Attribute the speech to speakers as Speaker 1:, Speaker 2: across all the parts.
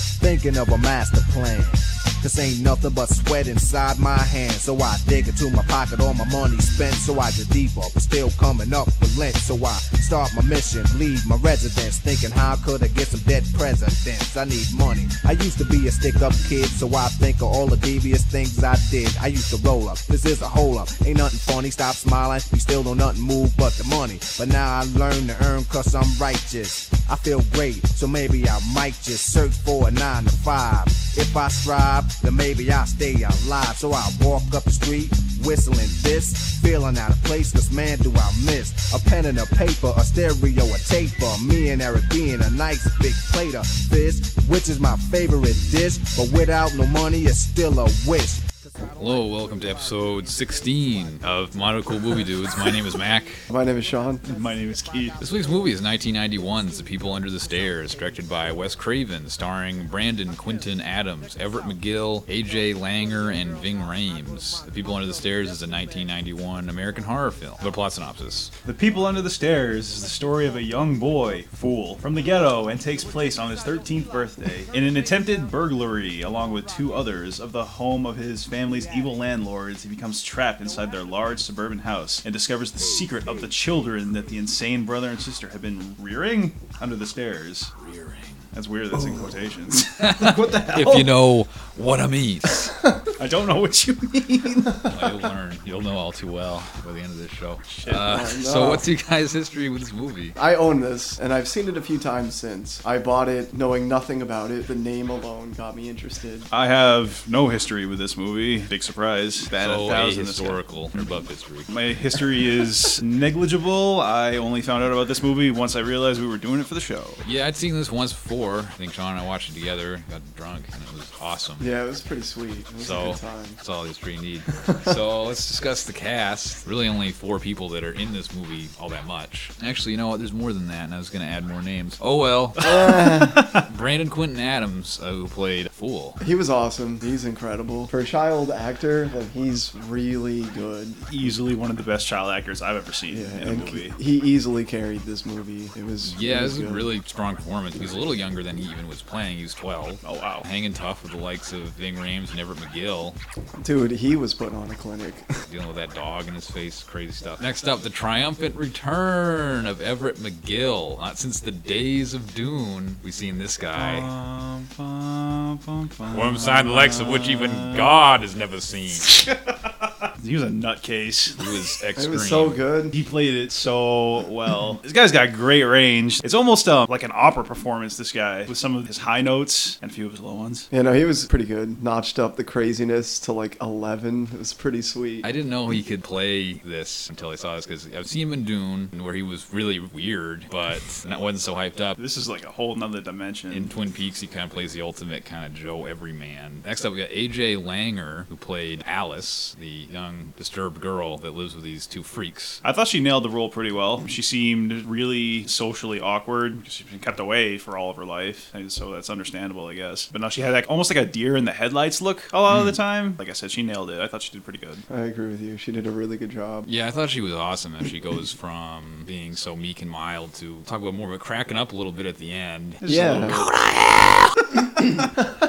Speaker 1: thinking of a master plan. Cause ain't nothing but sweat inside my hands. So I dig into my pocket, all my money spent. So I get deeper, but still coming up with lint. So I start my mission, leave my residence. Thinking how I could I get some dead presidents? I need money. I used to be a stick up kid, so I think of all the devious things I did. I used to roll up, this is a hole up. Ain't nothing funny, stop smiling. You still don't nothing move but the money. But now I learn to earn cause I'm righteous. I feel great, so maybe I might just search for a nine to five. If I strive, then maybe I'll stay alive. So I walk up the street, whistling this, feeling out of place, cause man, do I miss a pen and a paper, a stereo, a taper. Me and Eric being a nice big plate of fish, which is my favorite dish, but without no money, it's still a wish.
Speaker 2: Hello, welcome to episode 16 of Mono Cool Movie Dudes. My name is Mac.
Speaker 3: My name is Sean.
Speaker 4: My name is Keith.
Speaker 2: This week's movie is 1991's The People Under the Stairs, directed by Wes Craven, starring Brandon Quinton Adams, Everett McGill, A.J. Langer, and Ving Rhames. The People Under the Stairs is a 1991 American horror film. The plot synopsis.
Speaker 4: The People Under the Stairs is the story of a young boy, Fool, from the ghetto and takes place on his 13th birthday in an attempted burglary along with two others of the home of his family's evil landlords. He becomes trapped inside their large suburban house and discovers the secret of the children that the insane brother and sister have been rearing under the stairs. Rearing. That's weird. That's in quotations. what the hell?
Speaker 2: If you know what I mean,
Speaker 4: I don't know what you mean.
Speaker 2: you'll learn. You'll know all too well by the end of this show. Uh,
Speaker 3: Oh,
Speaker 2: so,
Speaker 3: no.
Speaker 2: what's you guys' history with this movie?
Speaker 3: I own this, and I've seen it a few times since. I bought it knowing nothing about it. The name alone got me interested.
Speaker 4: I have no history with this movie. Big surprise. That
Speaker 2: so,
Speaker 4: a thousand is-
Speaker 2: historical or above history.
Speaker 4: My history is negligible. I only found out about this movie once I realized we were doing it for the show.
Speaker 2: Yeah, I'd seen this once before. I think Sean and I watched it together, got drunk, and it was awesome.
Speaker 3: Yeah, it was pretty sweet. It was a
Speaker 2: So
Speaker 3: good time.
Speaker 2: that's all these three need. so let's discuss the cast. Really, only four people that are in this movie all that much. Actually, you know what? There's more than that, and I was gonna add more names. Oh well. Brandon Quinton Adams, uh, who played Fool.
Speaker 3: He was awesome. He's incredible. For a child actor, like, he's really good.
Speaker 4: Easily one of the best child actors I've ever seen
Speaker 3: Yeah,
Speaker 4: in a
Speaker 3: and
Speaker 4: movie.
Speaker 3: he easily carried this movie. It was
Speaker 2: Yeah, this
Speaker 3: it was
Speaker 2: is a
Speaker 3: good.
Speaker 2: really strong performance. He's a little younger than he even was playing. He was 12.
Speaker 4: Oh wow.
Speaker 2: Hanging tough with the likes of Ving Rhames and Everett McGill,
Speaker 3: dude. He was put on a clinic.
Speaker 2: dealing with that dog in his face, crazy stuff. Next up, the triumphant return of Everett McGill. Not since the days of Dune, we've seen this guy.
Speaker 4: Bum, bum, bum, bum.
Speaker 2: Worm sign the likes of which even God has never seen.
Speaker 4: He was a nutcase.
Speaker 2: He was
Speaker 3: it
Speaker 2: extreme.
Speaker 3: was so good.
Speaker 4: He played it so well. this guy's got great range. It's almost um, like an opera performance, this guy, with some of his high notes and a few of his low ones.
Speaker 3: You know, he was pretty good. Notched up the craziness to like eleven. It was pretty sweet.
Speaker 2: I didn't know he could play this until I saw this because I've seen him in Dune, where he was really weird, but not wasn't so hyped up.
Speaker 4: This is like a whole nother dimension.
Speaker 2: In Twin Peaks, he kind of plays the ultimate kind of Joe Everyman. Next up, we got AJ Langer, who played Alice, the young disturbed girl that lives with these two freaks.
Speaker 4: I thought she nailed the role pretty well. She seemed really socially awkward. She's been kept away for all of her life, and so that's understandable, I guess. But now she had like almost like a deer in the headlights look a lot
Speaker 2: Hmm.
Speaker 4: of the time. Like I said, she nailed it. I thought she did pretty good.
Speaker 3: I agree with you. She did a really good job.
Speaker 2: Yeah, I thought she was awesome. And she goes from being so meek and mild to talk about more of a cracking up a little bit at the end.
Speaker 4: Just a
Speaker 3: Yeah.
Speaker 4: little-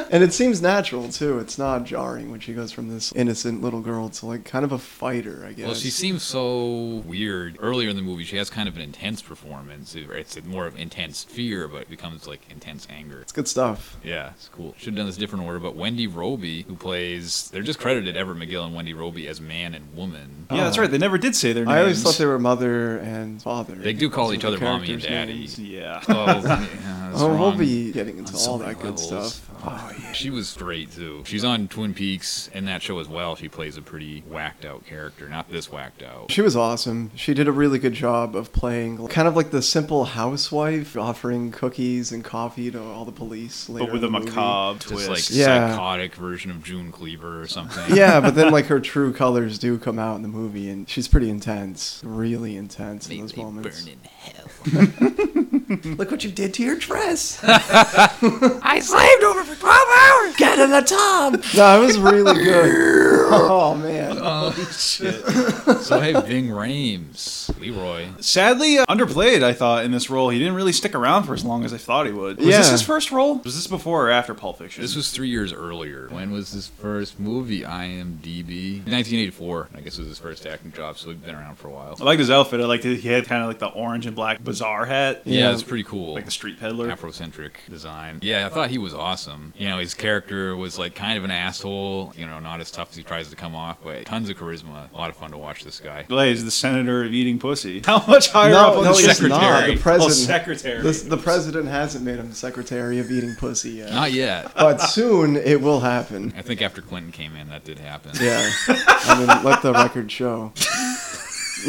Speaker 3: And it seems natural too. It's not jarring when she goes from this innocent little girl to like kind of a fighter, I guess.
Speaker 2: Well, she seems so weird. Earlier in the movie, she has kind of an intense performance. It's more of intense fear, but it becomes like intense anger.
Speaker 3: it's good stuff.
Speaker 2: Yeah, it's cool. Should have done this different order, but Wendy Roby, who plays, they're just credited Everett McGill and Wendy Roby as man and woman.
Speaker 4: Yeah, that's right. They never did say their names.
Speaker 3: Oh. I always thought they were mother and father.
Speaker 2: They do call each
Speaker 3: That's
Speaker 2: other
Speaker 3: what the
Speaker 2: mommy and
Speaker 3: characters'
Speaker 2: daddy.
Speaker 3: names.
Speaker 4: Yeah.
Speaker 2: Oh, yeah, that's
Speaker 3: Oh,
Speaker 2: wrong.
Speaker 3: we'll be getting into
Speaker 2: on so
Speaker 3: all
Speaker 2: many
Speaker 3: that good
Speaker 2: levels.
Speaker 3: stuff. Oh, yeah.
Speaker 2: She was straight too. She's on Twin Peaks in that show as well. She plays a pretty whacked out character, not this whacked out.
Speaker 3: She was awesome. She did a really good job of playing kind of like the simple housewife, offering cookies and coffee to all the police later.
Speaker 4: But with a
Speaker 3: in the movie.
Speaker 4: macabre
Speaker 2: Just
Speaker 4: twist.
Speaker 2: like
Speaker 3: Yeah.
Speaker 2: psychotic version of June Cleaver or something.
Speaker 3: yeah, but then like her true colors do come out in the movie, and she's pretty intense, really intense in those moments. Look what you did to your dress.
Speaker 2: I slaved over for 12 hours.
Speaker 3: Get in the tub. No, it was really good. Oh man.
Speaker 2: Oh shit! so hey, Ving Rames, Leroy.
Speaker 4: Sadly, uh, underplayed, I thought, in this role. He didn't really stick around for as long as I thought he would. Was this
Speaker 3: Yeah.
Speaker 4: his first role? Was this before or after Pulp Fiction?
Speaker 2: This was three years earlier. When was his first movie? IMDb, 1984. I guess was his first acting job, so he'd been around for a while.
Speaker 4: I liked his outfit. I liked it. He had kind of like the orange and black bazaar hat.
Speaker 2: Yeah,
Speaker 3: Yeah.
Speaker 2: it's pretty cool.
Speaker 4: Like the street peddler.
Speaker 2: Afrocentric design. Yeah, I thought he was awesome. You know, his character was like kind of an asshole, you know, not as tough as he tries to come off, but tons of charisma. A lot of fun to watch this guy.
Speaker 4: Blaze, the senator of eating pussy. How much higher
Speaker 3: No,
Speaker 4: up on
Speaker 3: no,
Speaker 4: the
Speaker 3: he's
Speaker 4: secretary?
Speaker 2: not. The
Speaker 4: Oh,
Speaker 3: president-
Speaker 4: secretary.
Speaker 3: This, the president hasn't made him secretary of eating pussy yet.
Speaker 2: Not yet.
Speaker 3: but soon it will happen.
Speaker 2: I think after Clinton came in, that did happen.
Speaker 3: Yeah. I mean, let the record show.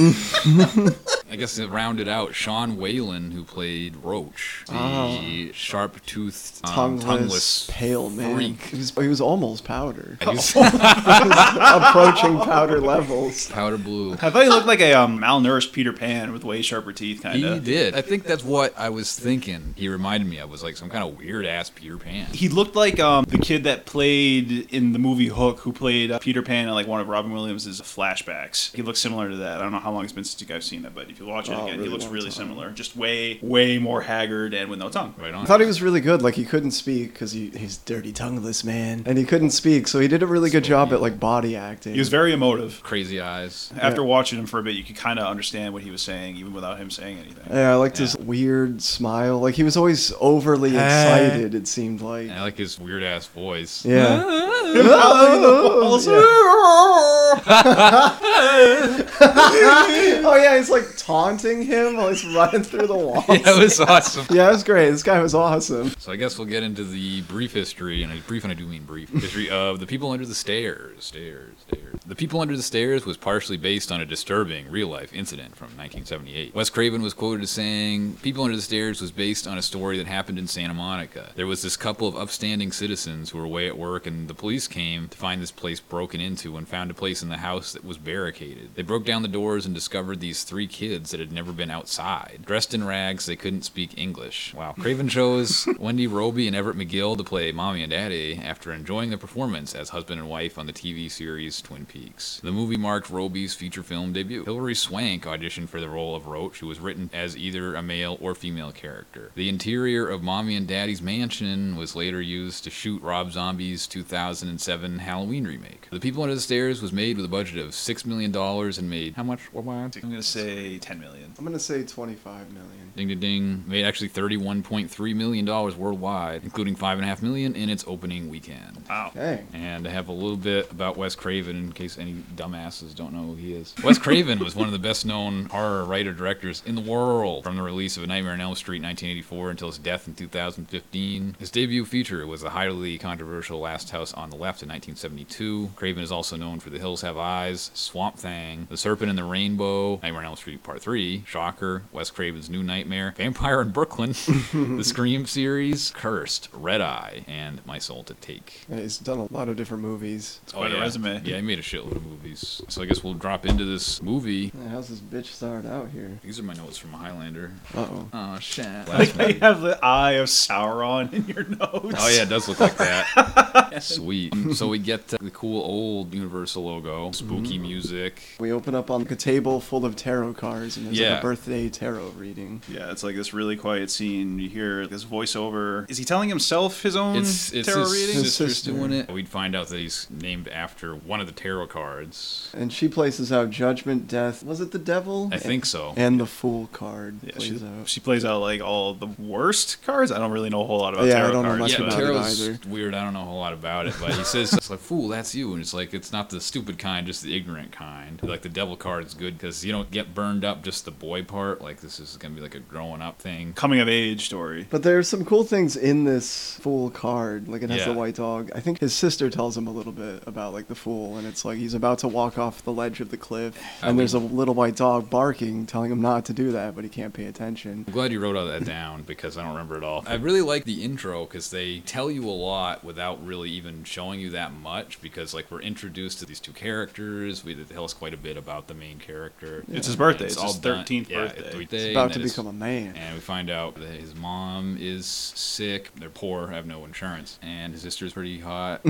Speaker 2: I guess to round it out, Sean Whalen, who played Roach, the
Speaker 3: Ah.
Speaker 2: sharp toothed, um,
Speaker 3: Tongueless,
Speaker 2: Oh. tongueless.
Speaker 3: pale man.
Speaker 2: freak.
Speaker 3: He was, he was almost powder.
Speaker 2: I guess-
Speaker 3: approaching powder levels.
Speaker 2: powder blue.
Speaker 4: I thought he looked like a um, malnourished Peter Pan with way sharper teeth, kind
Speaker 2: He
Speaker 4: of.
Speaker 2: did. I think that's what I was thinking. He reminded me of was like some kind of weird ass Peter Pan.
Speaker 4: He looked like um, the kid that played in the movie Hook, who played uh, Peter Pan in like one of Robin Williams' flashbacks. He looks similar to that. I don't know how long it's been since I've seen that, but if you watch it
Speaker 3: Oh,
Speaker 4: again, he
Speaker 3: really
Speaker 4: looks
Speaker 3: long
Speaker 4: really
Speaker 3: time.
Speaker 4: similar. Just way, way more haggard and with no tongue.
Speaker 2: Right
Speaker 3: I
Speaker 2: on.
Speaker 3: thought he was really good. Like he couldn't speak because he, he's dirty tongueless man, and he couldn't speak. So he did a really good job at like body acting.
Speaker 4: He was very emotive.
Speaker 2: Crazy eyes.
Speaker 4: After watching him for a bit, you could kind of understand what he was saying, even without him saying anything.
Speaker 3: yeah, I liked his weird smile. Like he was always overly excited. It seemed like.
Speaker 2: And I like his weird ass voice.
Speaker 3: Yeah.
Speaker 4: Also-
Speaker 3: Oh yeah, he's like taunting him while he's running through the walls.
Speaker 2: Yeah, it was awesome.
Speaker 3: Yeah, it was great. This guy was awesome.
Speaker 2: So I guess we'll get into the brief history, and I- brief and I do mean brief history of the people under the stairs, stairs, stairs. The people under the stairs was partially based on a disturbing real-life incident from 1978. Wes Craven was quoted as saying, "People under the stairs was based on a story that happened in Santa Monica. There was this couple of upstanding citizens who were away at work, and the police came to find this place broken into and found a place in the house that was barricaded. They broke down the doors and discovered these three kids that had never been outside. Dressed in rags, they couldn't speak English. Wow. Craven chose Wendy Roby and Everett McGill to play Mommy and Daddy after enjoying the performance as husband and wife on the TV series Twin Peaks. The movie marked Roby's feature film debut. Hilary Swank auditioned for the role of Roach, who was written as either a male or female character. The interior of Mommy and Daddy's mansion was later used to shoot Rob Zombie's 2007 Halloween remake. The People Under the Stairs was made with a budget of $6 million and made how much? Worldwide?
Speaker 4: I'm gonna say 10 million.
Speaker 3: I'm gonna say 25 million.
Speaker 2: Ding ding ding. Made actually $31.3 million worldwide, including $5.5 million in its opening weekend.
Speaker 4: Wow.
Speaker 3: Dang.
Speaker 2: And I have a little bit about Wes Craven in case any dumbasses don't know who he is. Wes Craven was one of the best known horror writer directors in the world from the release of A Nightmare on Elm Street in 1984 until his death in 2015. His debut feature was the highly controversial Last House on the Left in 1972. Craven is also known for The Hills Have Eyes, Swamp Thing, The Serpent and the Rainbow, Nightmare on Elm Street Part 3, Shocker, Wes Craven's New Nightmare, Vampire in Brooklyn, The Scream series, Cursed, Red Eye, and My Soul to Take.
Speaker 3: Yeah, he's done a lot of different movies.
Speaker 4: It's quite a
Speaker 2: Oh, yeah.
Speaker 4: resume.
Speaker 2: Yeah, he made a shitload of movies. So I guess we'll drop into this movie.
Speaker 3: Man, how's this bitch start out here?
Speaker 2: These are my notes from Highlander.
Speaker 3: Uh oh.
Speaker 2: Oh shit.
Speaker 4: Like how you have the eye of Sauron in your nose.
Speaker 2: Oh yeah, it does look like that. Sweet. Um, So we get the cool old Universal logo, spooky
Speaker 4: Mm.
Speaker 2: music.
Speaker 3: We open up on like, a table full of tarot cards, and there's
Speaker 2: Yeah.
Speaker 3: like a birthday tarot reading.
Speaker 4: Yeah, it's like this really quiet scene. You hear this voiceover. Is he telling himself his own
Speaker 2: It's it's
Speaker 4: Mm, tarot
Speaker 2: his
Speaker 4: reading?
Speaker 3: His
Speaker 2: sister's
Speaker 3: sister.
Speaker 2: doing it. We'd find out that he's named after one of the tarot cards.
Speaker 3: And she places out Judgment, Death. Was it the Devil?
Speaker 2: I think so.
Speaker 3: And the Fool card
Speaker 4: Yeah,
Speaker 3: plays
Speaker 4: she,
Speaker 3: out.
Speaker 4: she plays out like all the worst cards. I don't really know a whole lot about
Speaker 3: Yeah, I
Speaker 4: tarot
Speaker 3: don't know
Speaker 4: cards.
Speaker 3: much
Speaker 2: yeah,
Speaker 4: but-
Speaker 3: about it.
Speaker 2: tarot's
Speaker 3: either.
Speaker 2: weird. I don't know a whole lot about it, but he says it's like fool, that's you, and it's like it's not the stupid kind, just the ignorant kind. Like the devil card is good because you don't get burned up just the boy part. Like this is gonna be like a growing up thing.
Speaker 4: Coming of age story.
Speaker 3: But there's some cool things in this Fool card. Like it has
Speaker 2: Yeah.
Speaker 3: the white dog. I think his sister tells him a little bit about like the Fool, and it's like he's about to walk off the ledge of the cliff,
Speaker 2: I
Speaker 3: and there's a little white dog barking, telling him not to do that, but he can't pay attention.
Speaker 2: I'm glad you wrote all that down because I don't remember it all. I really like the intro because they tell you a lot without really even showing you that much because like we're introduced to these two characters. We it tells quite a bit about the main character.
Speaker 4: It's his birthday.
Speaker 2: And
Speaker 4: It's his
Speaker 2: done-
Speaker 4: 13th
Speaker 2: yeah,
Speaker 4: birthday.
Speaker 3: It's
Speaker 2: and
Speaker 3: about to
Speaker 2: then
Speaker 3: become a man.
Speaker 2: and we find out that his mom is sick. They're poor, have no insurance, and his sister's pretty hot.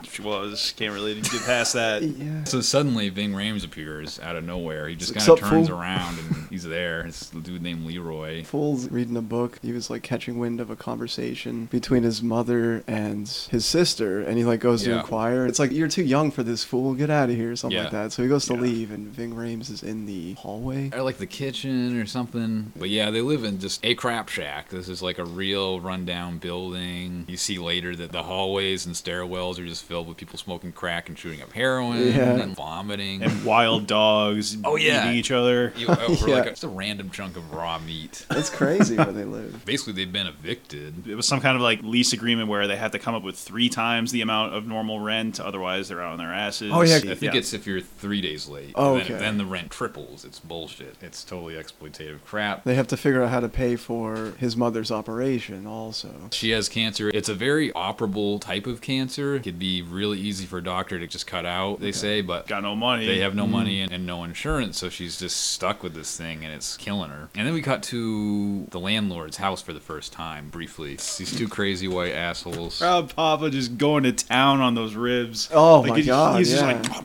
Speaker 4: She was. Can't really get past that.
Speaker 3: Yeah.
Speaker 2: so suddenly, Ving Rhames appears out of nowhere. He just
Speaker 3: What's
Speaker 2: kind of
Speaker 3: up,
Speaker 2: turns
Speaker 3: fool?
Speaker 2: around and he's there. It's the dude named Leroy.
Speaker 3: Fool's reading a book. He was like catching wind of a conversation between his mother and his sister, and he like goes to
Speaker 2: Yeah.
Speaker 3: inquire. It's like you're too young for this fool. Get out of here, or something like
Speaker 2: Yeah.
Speaker 3: that. So he goes to
Speaker 4: Yeah.
Speaker 3: leave, and Ving Rhames is in the hallway.
Speaker 2: Or like the kitchen or something. But yeah, they live in just a crap shack. This is like a real rundown building. You see later that the hallways and stairwells are just filled with people smoking crack and shooting up heroin
Speaker 3: Yeah.
Speaker 2: and vomiting.
Speaker 4: And wild dogs
Speaker 2: Oh, yeah.
Speaker 4: eating each other.
Speaker 2: You- over
Speaker 3: Yeah.
Speaker 2: like a, just a random chunk of raw meat.
Speaker 3: That's crazy where they live.
Speaker 2: Basically, they've been evicted.
Speaker 4: It was some kind of like lease agreement where they have to come up with three times the amount of normal rent, otherwise they're out on their asses.
Speaker 3: Oh, yeah.
Speaker 2: I think it's if you're three days late.
Speaker 3: Oh,
Speaker 2: then,
Speaker 3: okay.
Speaker 2: then the rent triples. It's bullshit. It's totally exploitative crap.
Speaker 3: They have to figure out how to pay for his mother's operation, also.
Speaker 2: She has cancer. It's a very operable type of cancer. It could be really easy for a doctor to just cut out, they say, but
Speaker 4: got no money.
Speaker 2: they have no
Speaker 3: Mm-hmm.
Speaker 2: money and, and no insurance, so she's just stuck with this thing and it's killing her. And then we cut to the landlord's house for the first time, briefly. It's these two crazy white assholes.
Speaker 4: Proud Papa just going to town on those ribs.
Speaker 3: Oh
Speaker 4: Like,
Speaker 3: my
Speaker 4: he's-
Speaker 3: god!
Speaker 4: He's
Speaker 3: yeah.
Speaker 4: just like,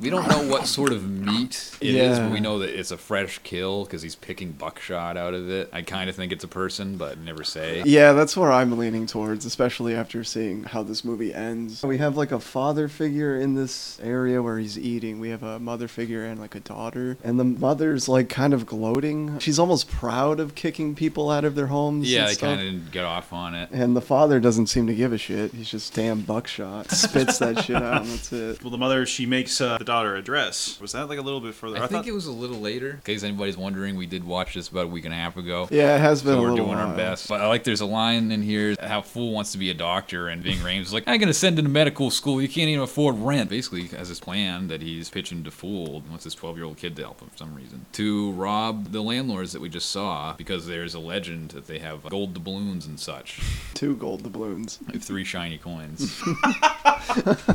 Speaker 2: We don't know what sort of meat it is,
Speaker 3: Yeah.
Speaker 2: but we know that it's a fresh kill because he's picking buckshot out of it. I kind of think it's a person, but never say.
Speaker 3: Yeah, that's where I'm leaning towards, especially after seeing how this movie ends. We have like a father figure in this area where he's eating. We have a mother figure and like a daughter. And the mother's like kind of gloating. She's almost proud of kicking people out of their homes.
Speaker 2: Yeah,
Speaker 3: and
Speaker 2: they
Speaker 3: stuff.
Speaker 2: kind of didn't get off on it.
Speaker 3: And the father doesn't seem to give a shit. He's just damn buckshot. Spits that shit out and that's it.
Speaker 4: well, the mother she makes uh, the daughter a dress. Was that like a little bit further?
Speaker 2: I, think
Speaker 4: thought-
Speaker 2: it was a little later. In case anybody's wondering, we did watch this about a week and a half ago.
Speaker 3: Yeah, it has been
Speaker 2: So
Speaker 3: a
Speaker 2: we're
Speaker 3: little
Speaker 2: doing our
Speaker 3: while.
Speaker 2: best. But I like there's a line in here how Fool wants to be a doctor and Ving Rhames is like, I'm gonna send him to medical school, you can't even afford rent. Basically he has this plan that he's pitching to Fool and wants this twelve year old kid to help him for some reason. To rob the landlords that we just saw because there's a legend that they have gold doubloons and such.
Speaker 3: Two gold doubloons.
Speaker 2: They have three shiny coins.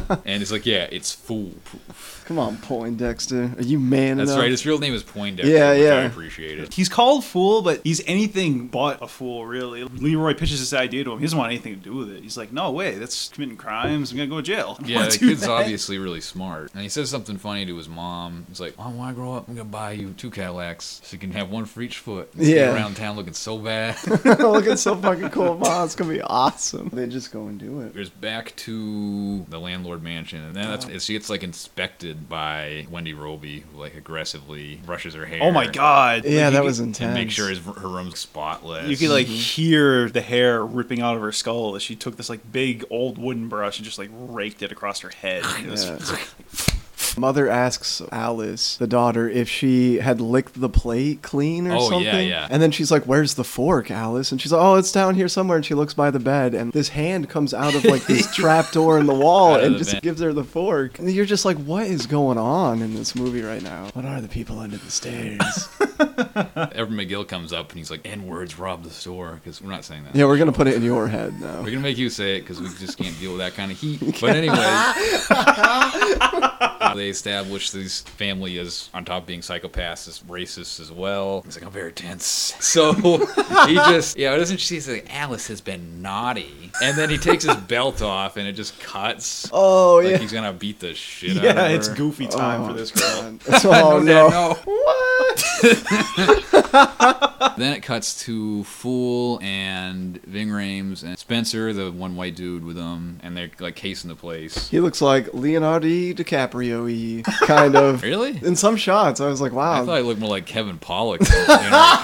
Speaker 2: and it's like, yeah, it's Fool.
Speaker 3: Come on, Poindexter. Are you man
Speaker 2: That's
Speaker 3: enough?
Speaker 2: right, his real name is Poindexter,
Speaker 3: Yeah,
Speaker 2: which I
Speaker 3: yeah.
Speaker 2: appreciate it.
Speaker 4: He's called fool, but he's anything but a fool, really. Leroy pitches this idea to him. He doesn't want anything to do with it. He's like, no way, that's committing crimes. I'm gonna go to jail. I don't
Speaker 2: Yeah,
Speaker 4: wanna
Speaker 2: the
Speaker 4: do
Speaker 2: kid's
Speaker 4: that.
Speaker 2: obviously really smart. And he says something funny to his mom. He's like, Mom, when I grow up, I'm going to buy you two Cadillacs so you can have one for each foot. He's getting
Speaker 3: Yeah.
Speaker 2: around town looking so bad.
Speaker 3: Looking so fucking cool, Ma. It's gonna be awesome. They just go and do it.
Speaker 2: There's back to the landlord mansion. And then that's, she gets like inspected by Wendy Roby, who like aggressively brushes her hair.
Speaker 4: Oh my god.
Speaker 3: Yeah,
Speaker 4: Like,
Speaker 3: that
Speaker 4: you
Speaker 3: was
Speaker 4: could-
Speaker 3: intense. Mm-hmm.
Speaker 2: And make sure his, her room's spotless.
Speaker 4: You could like hear the hair ripping out of her skull as she took this like big old wooden brush and just like raked it across her head. It was-
Speaker 3: Yeah. Mother asks Alice, the daughter, if she had licked the plate clean or
Speaker 2: Oh, yeah,
Speaker 3: something.
Speaker 2: yeah.
Speaker 3: And then she's like, Where's the fork, Alice? And she's like, Oh, it's down here somewhere. And she looks by the bed, and this hand comes out of like this trap door in the wall
Speaker 2: Out of
Speaker 3: and
Speaker 2: the
Speaker 3: just
Speaker 2: vent.
Speaker 3: gives her the fork. And you're just like, What is going on in this movie right now? What are the people under the stairs?
Speaker 2: Evan McGill comes up and he's like, N words rob the store. Because we're not saying that.
Speaker 3: yeah, we're going to put it in your head now.
Speaker 2: We're gonna make you say it because we just can't deal with that kind of heat. But anyway, they establish this family as on top of being psychopaths, is racist as well. He's like, I'm very tense. So he just, yeah, doesn't she say like, Alice has been naughty? And then he takes his belt off and it just cuts.
Speaker 3: Oh,
Speaker 2: like
Speaker 3: yeah.
Speaker 2: he's gonna beat the shit out of her.
Speaker 4: yeah, it's goofy time for this girl.
Speaker 3: God.
Speaker 2: Dad,
Speaker 3: oh, no.
Speaker 2: no.
Speaker 3: What?
Speaker 2: Then it cuts to Fool and Ving Rhames and Spencer, the one white dude with them, and they're like casing the place.
Speaker 3: He looks like Leonardo DiCaprio y kind of.
Speaker 2: Really?
Speaker 3: In some shots, I was like,
Speaker 2: I
Speaker 3: wow.
Speaker 2: thought he looked more like Kevin Pollak than Leonardo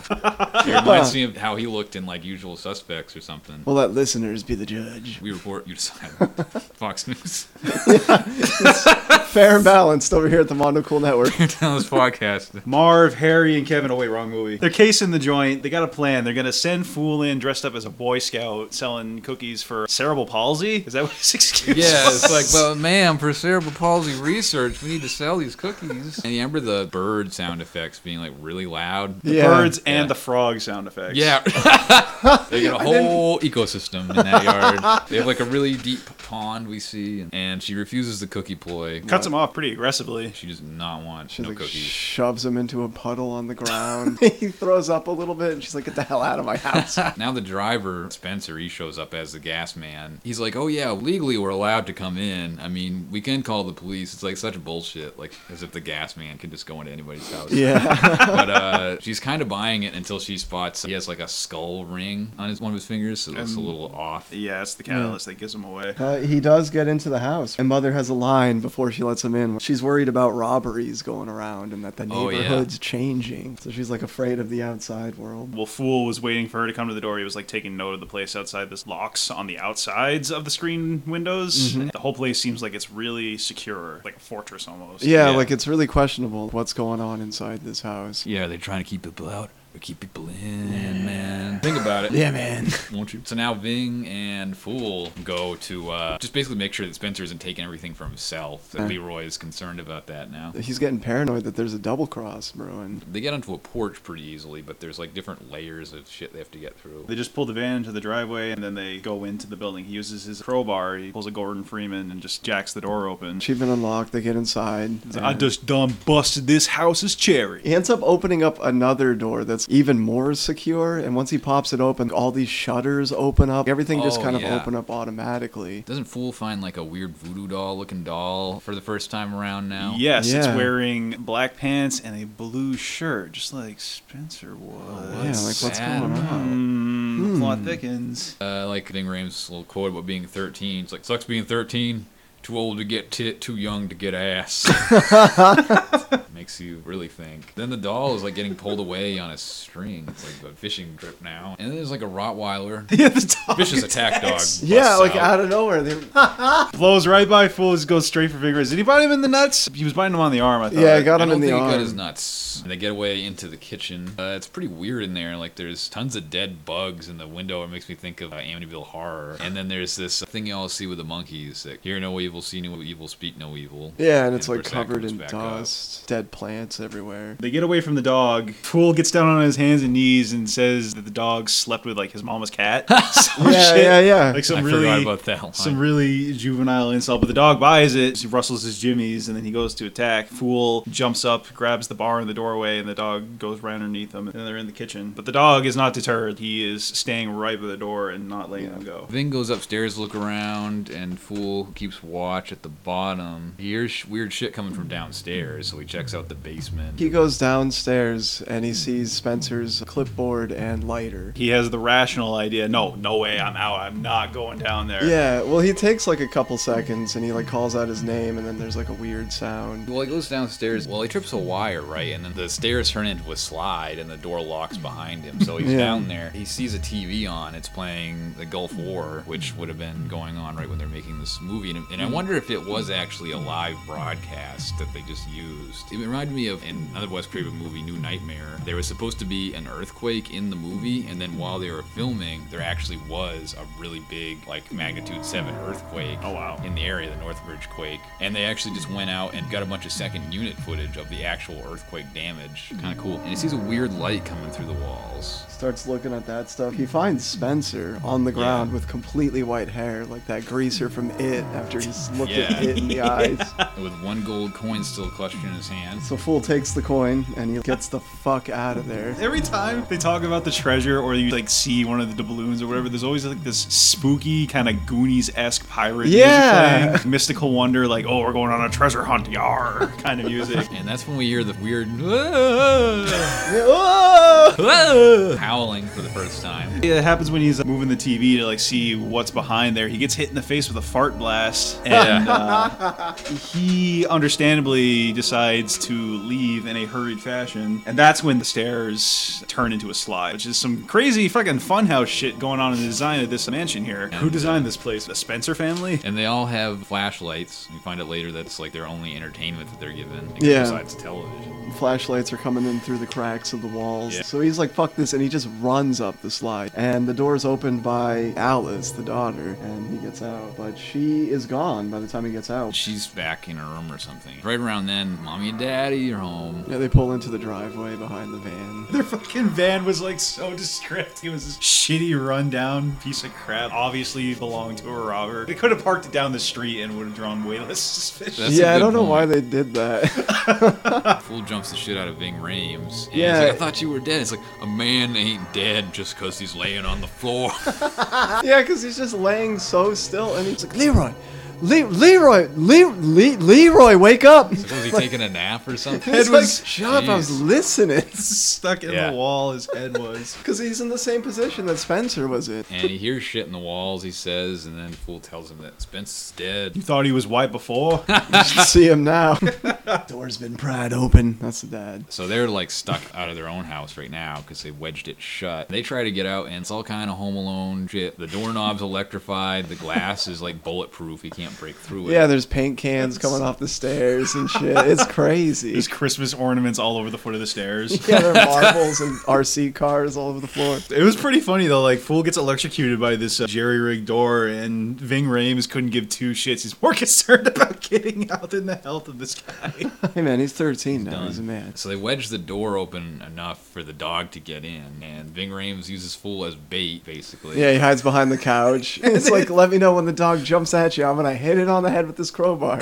Speaker 2: DiCaprio. It reminds me of how he looked in like Usual Suspects or something.
Speaker 3: We'll let listeners be the judge.
Speaker 2: We report you decide. Fox News.
Speaker 3: Fair and balanced over here at the Mondo Cool Network.
Speaker 2: Tell this podcast.
Speaker 4: God. Marv, Harry, and Kevin. Oh, wait, wrong movie. They're casing the joint. They got a plan. They're going to send Fool in dressed up as a Boy Scout selling cookies for cerebral palsy. Is that what his excuse
Speaker 2: Yeah,
Speaker 4: was?
Speaker 2: it's like, well, ma'am, for cerebral palsy research, we need to sell these cookies. And you remember the bird sound effects being like really loud?
Speaker 4: The
Speaker 3: Yeah.
Speaker 4: birds and
Speaker 2: Yeah.
Speaker 4: the frog sound effects.
Speaker 2: Yeah. they got a whole ecosystem in that yard. They have like a really deep pond we see, and she refuses the cookie ploy.
Speaker 4: Cuts him off pretty aggressively.
Speaker 2: She does not want
Speaker 3: She
Speaker 2: no
Speaker 3: like
Speaker 2: cookies.
Speaker 3: shoves him into a puddle on the ground. he throws up a little bit, and she's like, "Get the hell out of my house!"
Speaker 2: Now the driver, Spencer, he shows up as the gas man. He's like, oh yeah, legally we're allowed to come in. I mean, we can call the police. It's like such bullshit. Like, as if the gas man can just go into anybody's house.
Speaker 3: yeah,
Speaker 2: but uh, she's kind of buying it until she spots he has like a skull ring on his one of his fingers, so it looks a
Speaker 3: Um,
Speaker 2: little off.
Speaker 4: Yeah, it's the catalyst that gives him away.
Speaker 3: uh, he does get into the house, and mother has a line before she lets him in. She's worried about robberies going around and that the
Speaker 2: Oh, yeah.
Speaker 3: neighborhood's changing, so she's like afraid of the outside world.
Speaker 4: Well, Fool was waiting for her to come to the door. He was like taking note of the place outside. This locks on the outsides of the screen windows. The whole place seems like it's really secure, like a fortress almost.
Speaker 3: Yeah,
Speaker 2: Yeah.
Speaker 3: like it's really questionable what's going on inside this house.
Speaker 2: Yeah, are they trying to keep people out or keep people in, man? Think about it.
Speaker 3: man.
Speaker 2: Won't you? So now Ving and Fool go to uh, just basically make sure that Spencer isn't taking everything for himself. That
Speaker 3: Huh.
Speaker 2: Leroy is concerned about that now.
Speaker 3: He's getting paranoid that there's a double cross brewing.
Speaker 2: They get onto a porch pretty easily, but there's like different layers of shit they have to get through.
Speaker 4: They just pull the van into the driveway and then they go into the building. He uses his crowbar. He pulls a Gordon Freeman and just jacks the door open.
Speaker 3: She's been unlocked. They get inside.
Speaker 4: I just done busted this house's cherry.
Speaker 3: He ends up opening up another door that's even more secure, and once he pops it open, all these shutters open up. Everything just
Speaker 2: Oh,
Speaker 3: kind
Speaker 2: yeah.
Speaker 3: of open up automatically.
Speaker 2: Doesn't Fool find like a weird voodoo doll looking doll for the first time around now?
Speaker 4: Yes, it's
Speaker 3: Yeah.
Speaker 4: wearing black pants and a blue shirt, just like Spencer
Speaker 2: Oh,
Speaker 4: was.
Speaker 3: Yeah, like what's
Speaker 2: sad
Speaker 3: going
Speaker 2: about
Speaker 3: on?
Speaker 4: Mm, Plot thickens.
Speaker 2: Uh, like Ving Rhames' little quote about being 13. It's like, sucks being 13. Too old to get tit, too young to get ass. Makes you really think. Then the doll is like getting pulled away on a string. It's like a fishing trip now. And then there's like a Rottweiler.
Speaker 4: yeah, the dog
Speaker 2: Vicious attack dog. busts
Speaker 3: Yeah, like
Speaker 2: out.
Speaker 3: out of nowhere. They're,
Speaker 4: blows right by fools, goes straight for fingers. Did he bite him in the nuts? He was biting him on the arm. I thought.
Speaker 3: yeah, I got
Speaker 2: I
Speaker 3: him
Speaker 2: don't
Speaker 3: in the
Speaker 2: think he got
Speaker 3: arm.
Speaker 2: his nuts. And They get away into the kitchen. Uh, it's pretty weird in there. Like there's tons of dead bugs in the window. It makes me think of uh, Amityville Horror. And then there's this uh, thing you all see with the monkeys: like, hear no evil, see no evil, speak no evil.
Speaker 3: yeah, and it's
Speaker 2: And
Speaker 3: like
Speaker 2: Berserk
Speaker 3: covered
Speaker 2: comes
Speaker 3: in
Speaker 2: back
Speaker 3: dust, dead plants everywhere.
Speaker 4: They get away from the dog. Fool gets down on his hands and knees and says that the dog slept with like his mama's cat.
Speaker 2: Oh,
Speaker 4: Some
Speaker 3: Yeah,
Speaker 4: shit.
Speaker 3: yeah, yeah.
Speaker 4: Like
Speaker 2: I
Speaker 4: some
Speaker 2: forgot
Speaker 4: really
Speaker 2: about that line.
Speaker 4: some really juvenile insult. But the dog buys it. He rustles his jimmies and then he goes to attack. Fool jumps up, grabs the bar in the doorway, and the dog goes right underneath them. And then they're in the kitchen. But the dog is not deterred. He is staying right by the door and not letting them go.
Speaker 2: Ving goes upstairs, look around, and Fool keeps watch at the bottom. He hears sh- weird shit coming from downstairs, so he checks out the basement.
Speaker 3: He goes downstairs and he sees Spencer's clipboard and lighter.
Speaker 4: He has the rational idea. No, no way. I'm out. I'm not going down there.
Speaker 3: Yeah, well, he takes like a couple seconds and he like calls out his name, and then there's like a weird sound.
Speaker 2: Well, he goes downstairs. Well, he trips a wire, right? And then the stairs turn into a slide, and the door locks behind him. So he's
Speaker 3: Yeah.
Speaker 2: down there. He sees a TV on. It's playing the Gulf War, which would have been going on right when they're making this movie. And, and I
Speaker 4: Hmm.
Speaker 2: wonder if it was actually a live broadcast that they just used. It reminded me of in another Wes Craven movie, New Nightmare. There was supposed to be an earthquake in the movie, and then while they were filming, there actually was a really big, like magnitude seven earthquake
Speaker 4: Oh, wow.
Speaker 2: in the area, the Northbridge quake, and they actually just went out and got a bunch of second unit footage of the actual earthquake damage. Kind of cool. And he sees a weird light coming through the walls.
Speaker 3: starts looking at that stuff. He finds Spencer on the ground with completely white hair, like that greaser from It. After he's looked at
Speaker 2: Yeah.
Speaker 3: it in the eyes,
Speaker 2: With one gold coin still clutched in his hand.
Speaker 3: so Fool takes the coin and he gets the fuck out of there.
Speaker 4: Every time they talk about the treasure or you like see one of the doubloons or whatever, there's always like this spooky kind of Goonies esque pirate
Speaker 3: Yeah.
Speaker 4: music playing. Mystical wonder, like, oh, we're going on a treasure hunt, yar kind of music.
Speaker 2: And that's when we hear the weird
Speaker 3: Whoa!
Speaker 2: howling for the first time.
Speaker 4: Yeah, it happens when he's uh, moving the TV to like see what's behind there. He gets hit in the face with a fart blast, and uh, he understandably decides to leave in a hurried fashion, and that's when the stairs turn into a slide, which is some crazy fucking funhouse shit going on in the design of this mansion here. Who designed this place? The Spencer family?
Speaker 2: And they all have flashlights. We find out later that's like their only entertainment that they're given, like,
Speaker 3: Yeah.
Speaker 2: besides television.
Speaker 3: Flashlights are coming in through the cracks of the walls.
Speaker 2: Yeah.
Speaker 3: So he's like, fuck this, and he just runs up the slide. And the door's opened by Alice, the daughter, and he gets out. But she is gone by the time he gets out.
Speaker 2: She's back in her room or something. Right around then, mommy and daddy are home.
Speaker 3: Yeah, they pull into the driveway behind the van.
Speaker 4: Their fucking van was like so descript. It was this shitty, rundown piece of crap. Obviously belonged to a robber. They could have parked it down the street and would have drawn way less suspicion.
Speaker 2: That's a
Speaker 3: yeah, I
Speaker 2: good
Speaker 3: don't know
Speaker 2: point.
Speaker 3: why they did that.
Speaker 2: Fool jumps the shit out of Ving Rames. And
Speaker 3: Yeah.
Speaker 2: He's like, I thought you were dead. It's like, a man ain't dead just 'cause he's laying on the floor.
Speaker 3: yeah, because he's just laying so still, and he's like, Leroy, Le- Leroy, Le- Le- Leroy, wake up!
Speaker 2: Was he taking a nap or something?
Speaker 3: It's
Speaker 4: Head
Speaker 3: like,
Speaker 4: was-
Speaker 3: shut up, I was
Speaker 2: Jeez.
Speaker 3: listening.
Speaker 4: Stuck in
Speaker 2: Yeah.
Speaker 4: the wall, his head was.
Speaker 3: Because he's in the same position that Spencer was in.
Speaker 2: And he hears shit in the walls, he says, and then Fool tells him that Spence is
Speaker 4: You
Speaker 2: dead.
Speaker 4: thought he was white before?
Speaker 3: You should see him now. Door's been pried open. That's the dad.
Speaker 2: So they're like stuck out of their own house right now because they wedged it shut. They try to get out, and it's all kind of Home Alone shit. The doorknob's electrified, the glass is like bulletproof, he can't break through it.
Speaker 3: Yeah, there's paint cans coming off the stairs and shit. It's crazy.
Speaker 4: There's Christmas ornaments all over the foot of the stairs.
Speaker 3: Yeah, there are marbles and RC cars all over the floor.
Speaker 4: It was pretty funny though. Like Fool gets electrocuted by this uh, jerry rig door, and Ving Rames couldn't give two shits. He's more concerned about getting out than the health of this guy.
Speaker 3: Hey man, he's 13 now. He's a
Speaker 2: done.
Speaker 3: man.
Speaker 2: So they wedge the door open enough for the dog to get in, and Ving Rames uses Fool as bait, basically.
Speaker 3: Yeah, he hides behind the couch. It's like, let me know when the dog jumps at you. I'm gonna hit it on the head with this crowbar.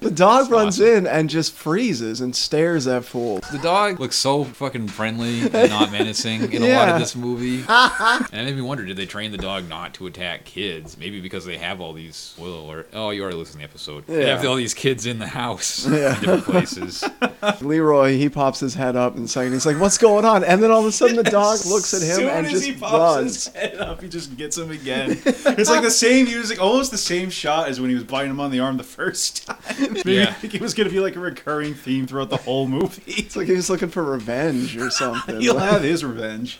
Speaker 3: the dog runs in and just freezes and stares at Fool.
Speaker 2: The dog looks so fucking friendly and not menacing in a lot
Speaker 3: Yeah.
Speaker 2: of this movie. and it made me wonder, did they train the dog not to attack kids? Maybe because they have all these spoiler alert. Oh, you already listened to the episode. They have
Speaker 3: Yeah.
Speaker 2: all these kids in the house
Speaker 3: Yeah.
Speaker 2: in different places.
Speaker 3: Leroy, he pops his head up in a second. He's like, "What's going on?" And then all of a sudden, the dog looks at him
Speaker 4: soon
Speaker 3: and
Speaker 4: as
Speaker 3: just
Speaker 4: he pops
Speaker 3: runs.
Speaker 4: his head up, he just gets him again. It's like the same music, almost the same shot as when he was biting him on the arm the first time. Maybe
Speaker 2: Yeah.
Speaker 4: like, it was gonna be like a recurring theme throughout the whole movie.
Speaker 3: It's like he was looking for revenge or something.
Speaker 4: He'll
Speaker 3: Like,
Speaker 4: have his revenge.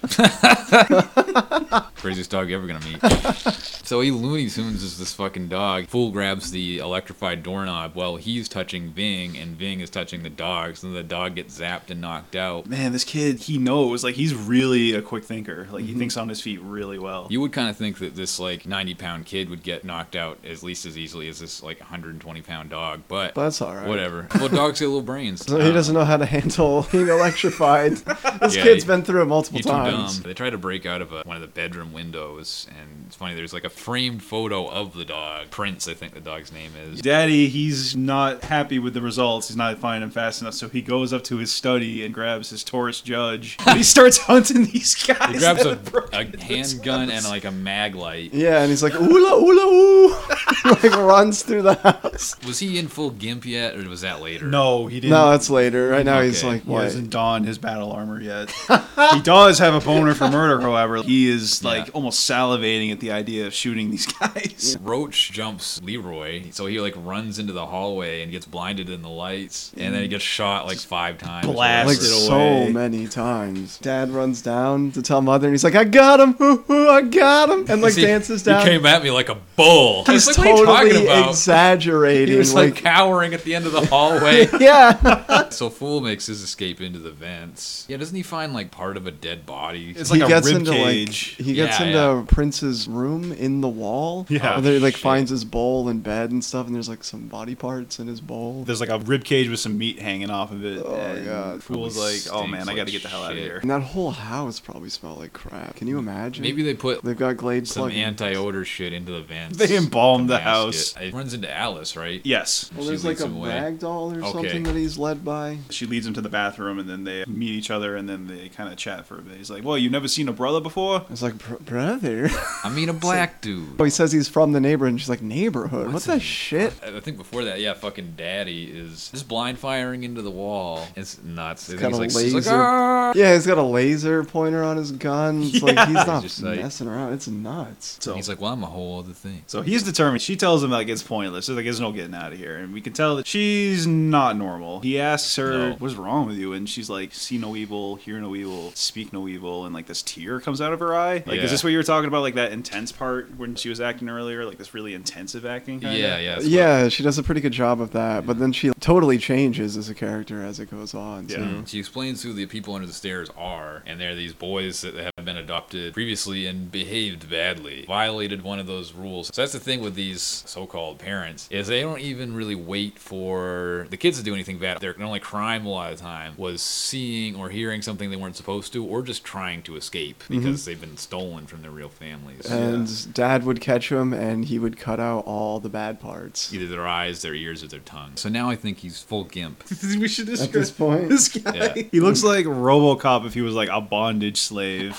Speaker 2: Craziest dog you're ever gonna meet. so he Looney Tunes is this fucking dog. Fool grabs the electrified doorknob while he's touching Ving, and Ving is touching the dog. So the dog gets zapped and knocked out.
Speaker 4: Man, this kid, he knows. Like he's really a quick thinker. Like he
Speaker 3: Mm-hmm.
Speaker 4: thinks on his feet really well.
Speaker 2: You would kind of think that this like 90 pound kid would get knocked out at least as easily as this like 120 pound dog, but
Speaker 3: That's all right.
Speaker 2: whatever. well, dogs get little brains. Um,
Speaker 3: So he doesn't know how to handle being electrified. This
Speaker 2: Yeah,
Speaker 3: kid's
Speaker 2: he-
Speaker 3: been through it multiple
Speaker 2: He's too
Speaker 3: times.
Speaker 2: dumb. They try to break out of a, one of the bedroom windows, and it's funny. There's like a framed photo of the dog, Prince, I think the dog's name is.
Speaker 4: Daddy, he's not happy with the results. He's not finding them fast enough, so he goes up to his study and grabs his Taurus judge. And he starts hunting these guys.
Speaker 2: He grabs
Speaker 4: that
Speaker 2: a,
Speaker 4: have broken
Speaker 2: a
Speaker 4: into this
Speaker 2: handgun and
Speaker 4: house.
Speaker 2: like a mag light.
Speaker 3: Yeah, and he's like oola oola ooh, like runs through the house.
Speaker 2: Was he in full gimp yet, or was that later?
Speaker 4: No, he didn't.
Speaker 3: No, that's later. Right now he's
Speaker 2: Okay.
Speaker 3: like
Speaker 4: he
Speaker 3: what?
Speaker 4: hasn't donned his battle armor yet. he does have a boner for murder, however. He is like
Speaker 2: Yeah.
Speaker 4: almost salivating at the idea of shooting these guys.
Speaker 2: Roach jumps Leroy, so he like runs into the hallway and gets blinded in the lights, and then he gets shot like five times. or
Speaker 4: Blasted
Speaker 3: like
Speaker 2: whatever.
Speaker 4: it
Speaker 3: so
Speaker 4: away.
Speaker 3: many times. Dad runs down to tell mother, and he's like, "I got him, hoo hoo, I got him," and like
Speaker 2: See,
Speaker 3: dances down.
Speaker 2: He came at me like a bull. I was like,
Speaker 3: he's
Speaker 2: what are you
Speaker 3: totally
Speaker 2: talking about?
Speaker 3: exaggerating.
Speaker 2: He was like,
Speaker 3: like,
Speaker 2: cowering at the end of the hallway.
Speaker 3: yeah,
Speaker 2: so Fool makes his escape into the vents. Yeah, doesn't he find like part of a dead body?
Speaker 4: It's like
Speaker 3: he
Speaker 4: a
Speaker 3: gets
Speaker 4: rib
Speaker 3: into
Speaker 4: cage.
Speaker 3: like he gets
Speaker 2: Yeah,
Speaker 3: into Prince's room in the wall.
Speaker 4: Yeah.
Speaker 3: where he like
Speaker 2: Shit.
Speaker 3: finds his bowl and bed and stuff, and there's like some body parts in his bowl.
Speaker 4: There's like a rib cage with some meat hanging off of it.
Speaker 3: Oh,
Speaker 4: and
Speaker 3: God.
Speaker 4: Fool's
Speaker 2: Probably
Speaker 4: like, oh man,
Speaker 2: stinks
Speaker 4: I got
Speaker 2: like
Speaker 4: to get the hell out of
Speaker 2: shit."
Speaker 4: here.
Speaker 3: And that whole house probably smelled like crap. Can you imagine?
Speaker 2: Maybe they put
Speaker 3: they've got Glade
Speaker 2: some
Speaker 3: slug.
Speaker 2: anti-odor shit into the vents.
Speaker 4: They embalm
Speaker 2: to
Speaker 4: the
Speaker 2: mask
Speaker 4: house.
Speaker 2: It. It runs into Alice, right?
Speaker 4: Yes.
Speaker 3: well,
Speaker 2: She
Speaker 3: there's like
Speaker 2: leads
Speaker 3: a
Speaker 2: him away.
Speaker 3: rag doll or
Speaker 2: Okay.
Speaker 3: something that he's led by.
Speaker 4: She leads him to the bathroom, and then they meet each other, and then they kind of chat for a bit. He's like, "Well, you've never seen a brother before."
Speaker 3: It's like, "Br- brother.
Speaker 2: I mean, a black dude.
Speaker 3: oh, he says he's from the neighborhood. And she's like, neighborhood.
Speaker 2: What's
Speaker 3: what the
Speaker 2: his-
Speaker 3: shit?
Speaker 2: I I think before that, yeah, fucking daddy is just blind firing into the wall. It's nuts. It's
Speaker 3: kinda
Speaker 2: like, he's like,
Speaker 3: laser.
Speaker 2: "Ah!"
Speaker 3: Yeah, he's got a laser pointer on his gun. It's like he's not
Speaker 2: He's just like-
Speaker 3: messing around. It's nuts.
Speaker 4: So
Speaker 2: He's like, well, I'm a whole other thing.
Speaker 4: So he's determined boring. She tells him like it's pointless. There's like there's no getting out of here, and we can tell that she's not normal. He asks her
Speaker 2: No.
Speaker 4: what's wrong with you, and she's like, see no evil, hear no evil, speak no evil, and like this tear comes out of her eye. Like
Speaker 2: Yeah.
Speaker 4: is this what you were talking about? Like that intense part when she was acting earlier, like this really intensive acting. kinda?
Speaker 2: Yeah, yeah. that's what-
Speaker 3: Yeah, she does a pretty good job of that, but then she totally changes as a character as it goes on.
Speaker 4: Yeah.
Speaker 3: too.
Speaker 2: Mm-hmm. She explains who the people under the stairs are, and they're these boys that have been adopted previously and behaved badly, violated one of those rules. So that's the thing with these so-called parents is they don't even really wait for the kids to do anything bad. Their only crime a lot of the time was seeing or hearing something they weren't supposed to, or just trying to escape because they've been stolen from their real families.
Speaker 3: And dad would catch him and he would cut out all the bad parts.
Speaker 2: Either their eyes, their ears, or their tongue. So now I think he's full gimp.
Speaker 4: we should describe
Speaker 3: this point.
Speaker 4: This guy,
Speaker 2: Yeah.
Speaker 4: he looks like RoboCop if he was like a bondage slave.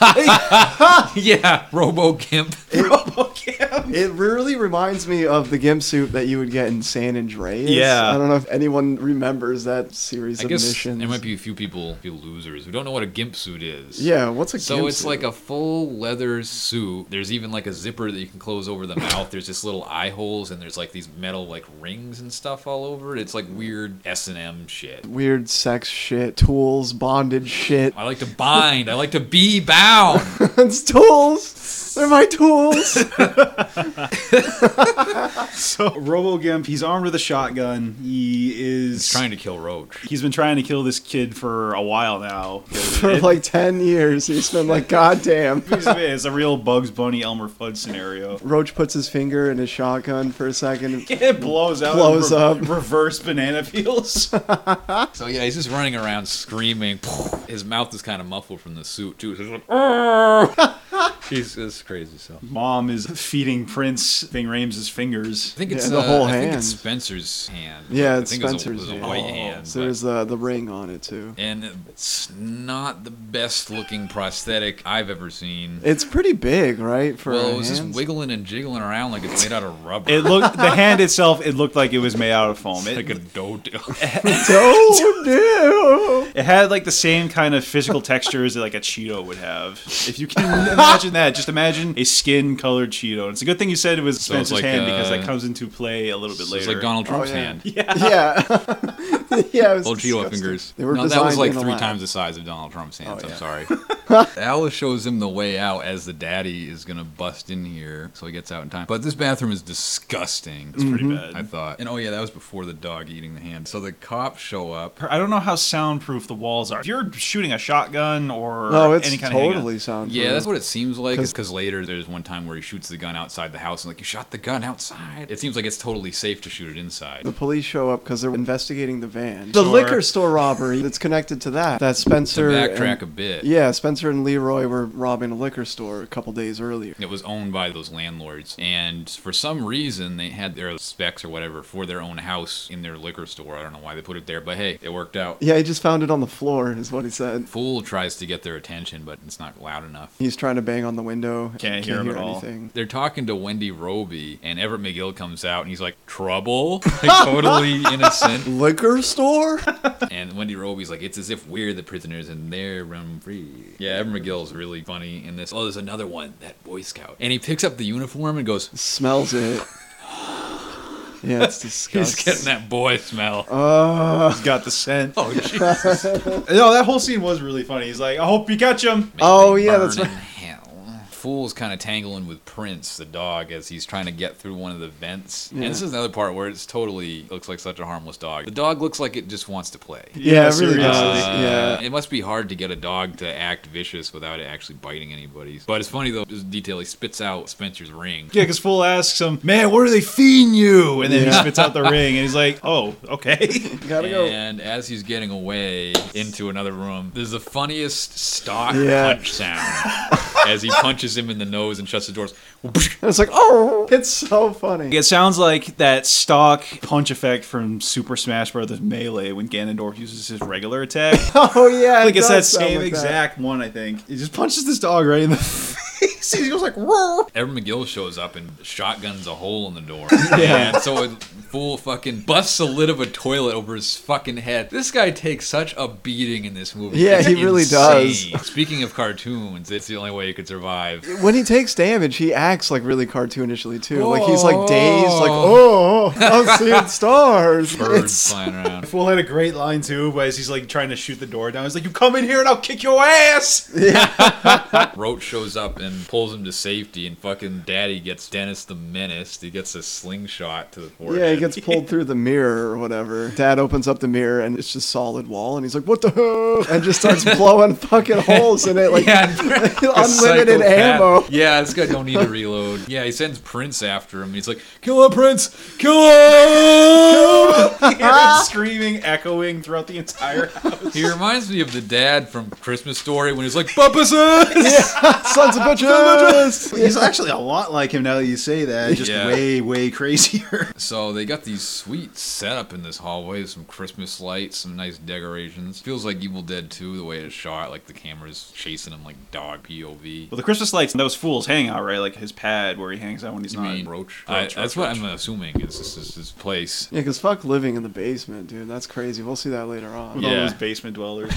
Speaker 2: yeah, Robo Gimp.
Speaker 4: RoboCop.
Speaker 3: It really reminds me of the GIMP suit that you would get in San Andreas.
Speaker 4: Yeah.
Speaker 3: I don't know if anyone remembers that series
Speaker 2: I
Speaker 3: of
Speaker 2: guess
Speaker 3: missions.
Speaker 2: there might be a few people, few losers, who don't know what a gimp suit is.
Speaker 3: Yeah, what's a
Speaker 2: So
Speaker 3: gimp
Speaker 2: it's
Speaker 3: suit?
Speaker 2: like a full leather suit. There's even like a zipper that you can close over the mouth. There's just little eye holes, and there's like these metal like rings and stuff all over it. It's like weird S and M shit.
Speaker 3: weird sex shit, tools, bondage shit.
Speaker 2: I like to bind. I like to be bound.
Speaker 3: it's tools. They're my tools.
Speaker 4: So RoboGimp, he's armed with a shotgun. He is
Speaker 2: He's trying to kill Roach.
Speaker 4: He's been trying to kill this kid for a while now.
Speaker 3: For like 10 years, he's been like, goddamn.
Speaker 4: it's a real Bugs Bunny Elmer Fudd scenario.
Speaker 3: Roach puts his finger in his shotgun for a second.
Speaker 4: It blows out.
Speaker 3: Blows
Speaker 4: and
Speaker 3: up.
Speaker 4: Reverse banana peels.
Speaker 2: So yeah, he's just running around screaming. His mouth is kind of muffled from the suit too. So he's like, "Oh, "Arr!" he's it's crazy. So
Speaker 4: Mom is feeding Prince Ving Rames' fingers.
Speaker 2: I think it's
Speaker 3: Yeah, the
Speaker 2: uh,
Speaker 3: whole
Speaker 2: I think
Speaker 3: hand.
Speaker 2: it's Spencer's hand.
Speaker 3: Yeah,
Speaker 2: I
Speaker 3: it's
Speaker 2: think it was a-
Speaker 3: Spencer's
Speaker 2: It was a,
Speaker 3: hand.
Speaker 2: white hand.
Speaker 3: So
Speaker 2: but-
Speaker 3: there's uh, the ring on it, too.
Speaker 2: and it's not the best looking prosthetic I've ever seen.
Speaker 3: It's pretty big, right? For
Speaker 2: well,
Speaker 3: our
Speaker 2: it was
Speaker 3: hands?
Speaker 2: just wiggling and jiggling around like it's made out of rubber.
Speaker 4: It looked the hand itself. It looked like it was made out of foam. It,
Speaker 2: like a dodo.
Speaker 3: Don't do.
Speaker 4: it had like the same kind of physical textures that like a Cheeto would have. If you can imagine that, just imagine a skin colored Cheeto. And it's a good thing you said it was
Speaker 2: So it's like,
Speaker 4: Spencer's hand because that
Speaker 2: uh,
Speaker 4: comes into play a little bit
Speaker 2: it's
Speaker 4: later.
Speaker 2: like Donald Trump's
Speaker 3: Oh, yeah.
Speaker 2: hand.
Speaker 3: Yeah, yeah. it was
Speaker 2: Old Cheeto
Speaker 3: disgusting.
Speaker 2: fingers.
Speaker 3: They were
Speaker 2: no, that was
Speaker 3: designed
Speaker 2: like
Speaker 3: in a
Speaker 2: three
Speaker 3: lab.
Speaker 2: times the size of Donald Trump's hands.
Speaker 3: Oh,
Speaker 2: I'm
Speaker 3: yeah.
Speaker 2: sorry. Alice shows him the way out as the daddy is gonna bust in here, so he gets out in time. But this bathroom is disgusting.
Speaker 4: It's
Speaker 3: Mm-hmm.
Speaker 4: pretty bad.
Speaker 2: I thought. And oh yeah, that was before the dog eating the hand. So the cops show up.
Speaker 4: I don't know how soundproof the walls are. If you're shooting a shotgun or
Speaker 3: No, Oh, it's
Speaker 4: any kind
Speaker 3: totally
Speaker 4: of
Speaker 3: soundproof.
Speaker 2: Yeah, that's what it seems like.
Speaker 3: Mm-hmm. Cause-
Speaker 2: Because later there's one time where he shoots the gun outside the house and like you shot the gun outside. It seems like it's totally safe to shoot it inside.
Speaker 3: The police show up because they're investigating the van. The
Speaker 4: Sure.
Speaker 3: liquor store robbery that's connected to that. That
Speaker 2: To
Speaker 3: Spencer.
Speaker 2: backtrack
Speaker 3: and-
Speaker 2: a bit,
Speaker 3: yeah, Spencer and Leroy were robbing a liquor store a couple days earlier.
Speaker 2: it was owned by those landlords, and for some reason they had their specs or whatever for their own house in their liquor store. I don't know why they put it there, but hey, it worked out.
Speaker 3: Yeah, he just found it on the floor, is what he said.
Speaker 2: Fool tries to get their attention, but it's not loud enough.
Speaker 3: He's trying to bang on the window.
Speaker 4: Can't hear him at all.
Speaker 3: anything.
Speaker 2: They're talking to Wendy Roby, and Everett McGill comes out, and he's like, "Trouble?" Like totally innocent.
Speaker 3: Liquor store?
Speaker 2: And Wendy Roby's like, it's as if we're the prisoners and they're run free. Yeah, Evan McGill's really funny in this. Oh, there's another one, that Boy Scout. And he picks up the uniform and goes,
Speaker 3: Smells it. Yeah, it's disgusting.
Speaker 2: he's getting that boy smell.
Speaker 3: Uh,
Speaker 4: hanging out. Got the scent.
Speaker 2: Oh, Jesus.
Speaker 4: No, that whole scene was really funny. He's like, I hope you catch him.
Speaker 3: Oh, yeah, that's
Speaker 2: Burn in
Speaker 3: right.
Speaker 2: hell. Fool's kind of tangling with Prince, the dog, as he's trying to get through one of the vents.
Speaker 3: Yeah.
Speaker 2: And this is another part where it's totally looks like such a harmless dog. The dog looks like it just wants to play.
Speaker 3: yeah, it really
Speaker 4: seriously.
Speaker 3: does.
Speaker 2: Uh,
Speaker 3: yeah.
Speaker 2: It must be hard to get a dog to act vicious without it actually biting anybody. But it's funny though, this detail he spits out Spencer's ring.
Speaker 4: Yeah, because Fool asks him, Man, what are they feeding you? And then he
Speaker 3: Yeah.
Speaker 4: spits out the ring and he's like, Oh, okay.
Speaker 3: Gotta go.
Speaker 2: And as he's getting away into another room, there's the funniest stock
Speaker 3: Yeah.
Speaker 2: punch sound as he punches him in the nose and shuts the doors.
Speaker 3: And it's like, oh, it's so funny.
Speaker 4: It sounds like that stock punch effect from Super Smash Bros. Melee when Ganondorf uses his regular attack.
Speaker 3: Oh yeah,
Speaker 4: like
Speaker 3: it
Speaker 4: it's
Speaker 3: does
Speaker 4: that
Speaker 3: sound
Speaker 4: same
Speaker 3: like that.
Speaker 4: exact one, I think. He just punches this dog right in the he sees, he goes like, "Roar."
Speaker 2: Evan McGill shows up and shotguns a hole in the door.
Speaker 4: Yeah.
Speaker 2: And so it fool fucking busts the lid of a toilet over his fucking head. This guy takes such a beating in this movie.
Speaker 3: Yeah,
Speaker 2: It's
Speaker 3: he really does.
Speaker 2: insane. Speaking of cartoons, it's the only way you could survive.
Speaker 3: When he takes damage, he acts like really cartoonishly too. Like he's like dazed, like oh, I'm seeing stars.
Speaker 2: Birds
Speaker 3: It's-
Speaker 2: flying around.
Speaker 4: Fool had a great line too, as he's like trying to shoot the door down. He's like, "You come in here and I'll kick your ass."
Speaker 2: Roach shows up and pulls him to safety, and fucking Daddy gets Dennis the Menace. He gets a slingshot to the forehead.
Speaker 3: yeah, he gets pulled through the mirror or whatever. Dad opens up the mirror and it's just solid wall, and he's like, "What the hell?" and just starts blowing fucking holes in it, like
Speaker 2: yeah, psychopath.
Speaker 3: unlimited ammo.
Speaker 2: Yeah, this guy don't need to reload. Yeah, he sends Prince after him. He's like, "Kill him, Prince! Kill him!"
Speaker 4: You hear him screaming, echoing throughout the entire house.
Speaker 2: He reminds me of the dad from Christmas Story when he's like, "Puppuses!"
Speaker 3: Sons of bitches!
Speaker 4: He's actually a lot like him now that you say that, just
Speaker 2: Yeah.
Speaker 4: way, way crazier.
Speaker 2: So they got these sweet setup in this hallway, some Christmas lights, some nice decorations. Feels like Evil Dead 2 the way it's shot, like the camera's chasing him like dog POV.
Speaker 4: Well, the Christmas lights, that was Fool's hangout, right? Like his pad where he hangs out when he's
Speaker 2: You
Speaker 4: not.
Speaker 2: mean Roach? I-
Speaker 4: Roach,
Speaker 2: that's
Speaker 4: Roach,
Speaker 2: what
Speaker 4: Roach.
Speaker 2: I'm assuming is this is his place.
Speaker 3: Yeah, because fuck living in the basement, dude. That's crazy. We'll see that later on.
Speaker 4: With all
Speaker 2: Yeah.
Speaker 4: those basement dwellers.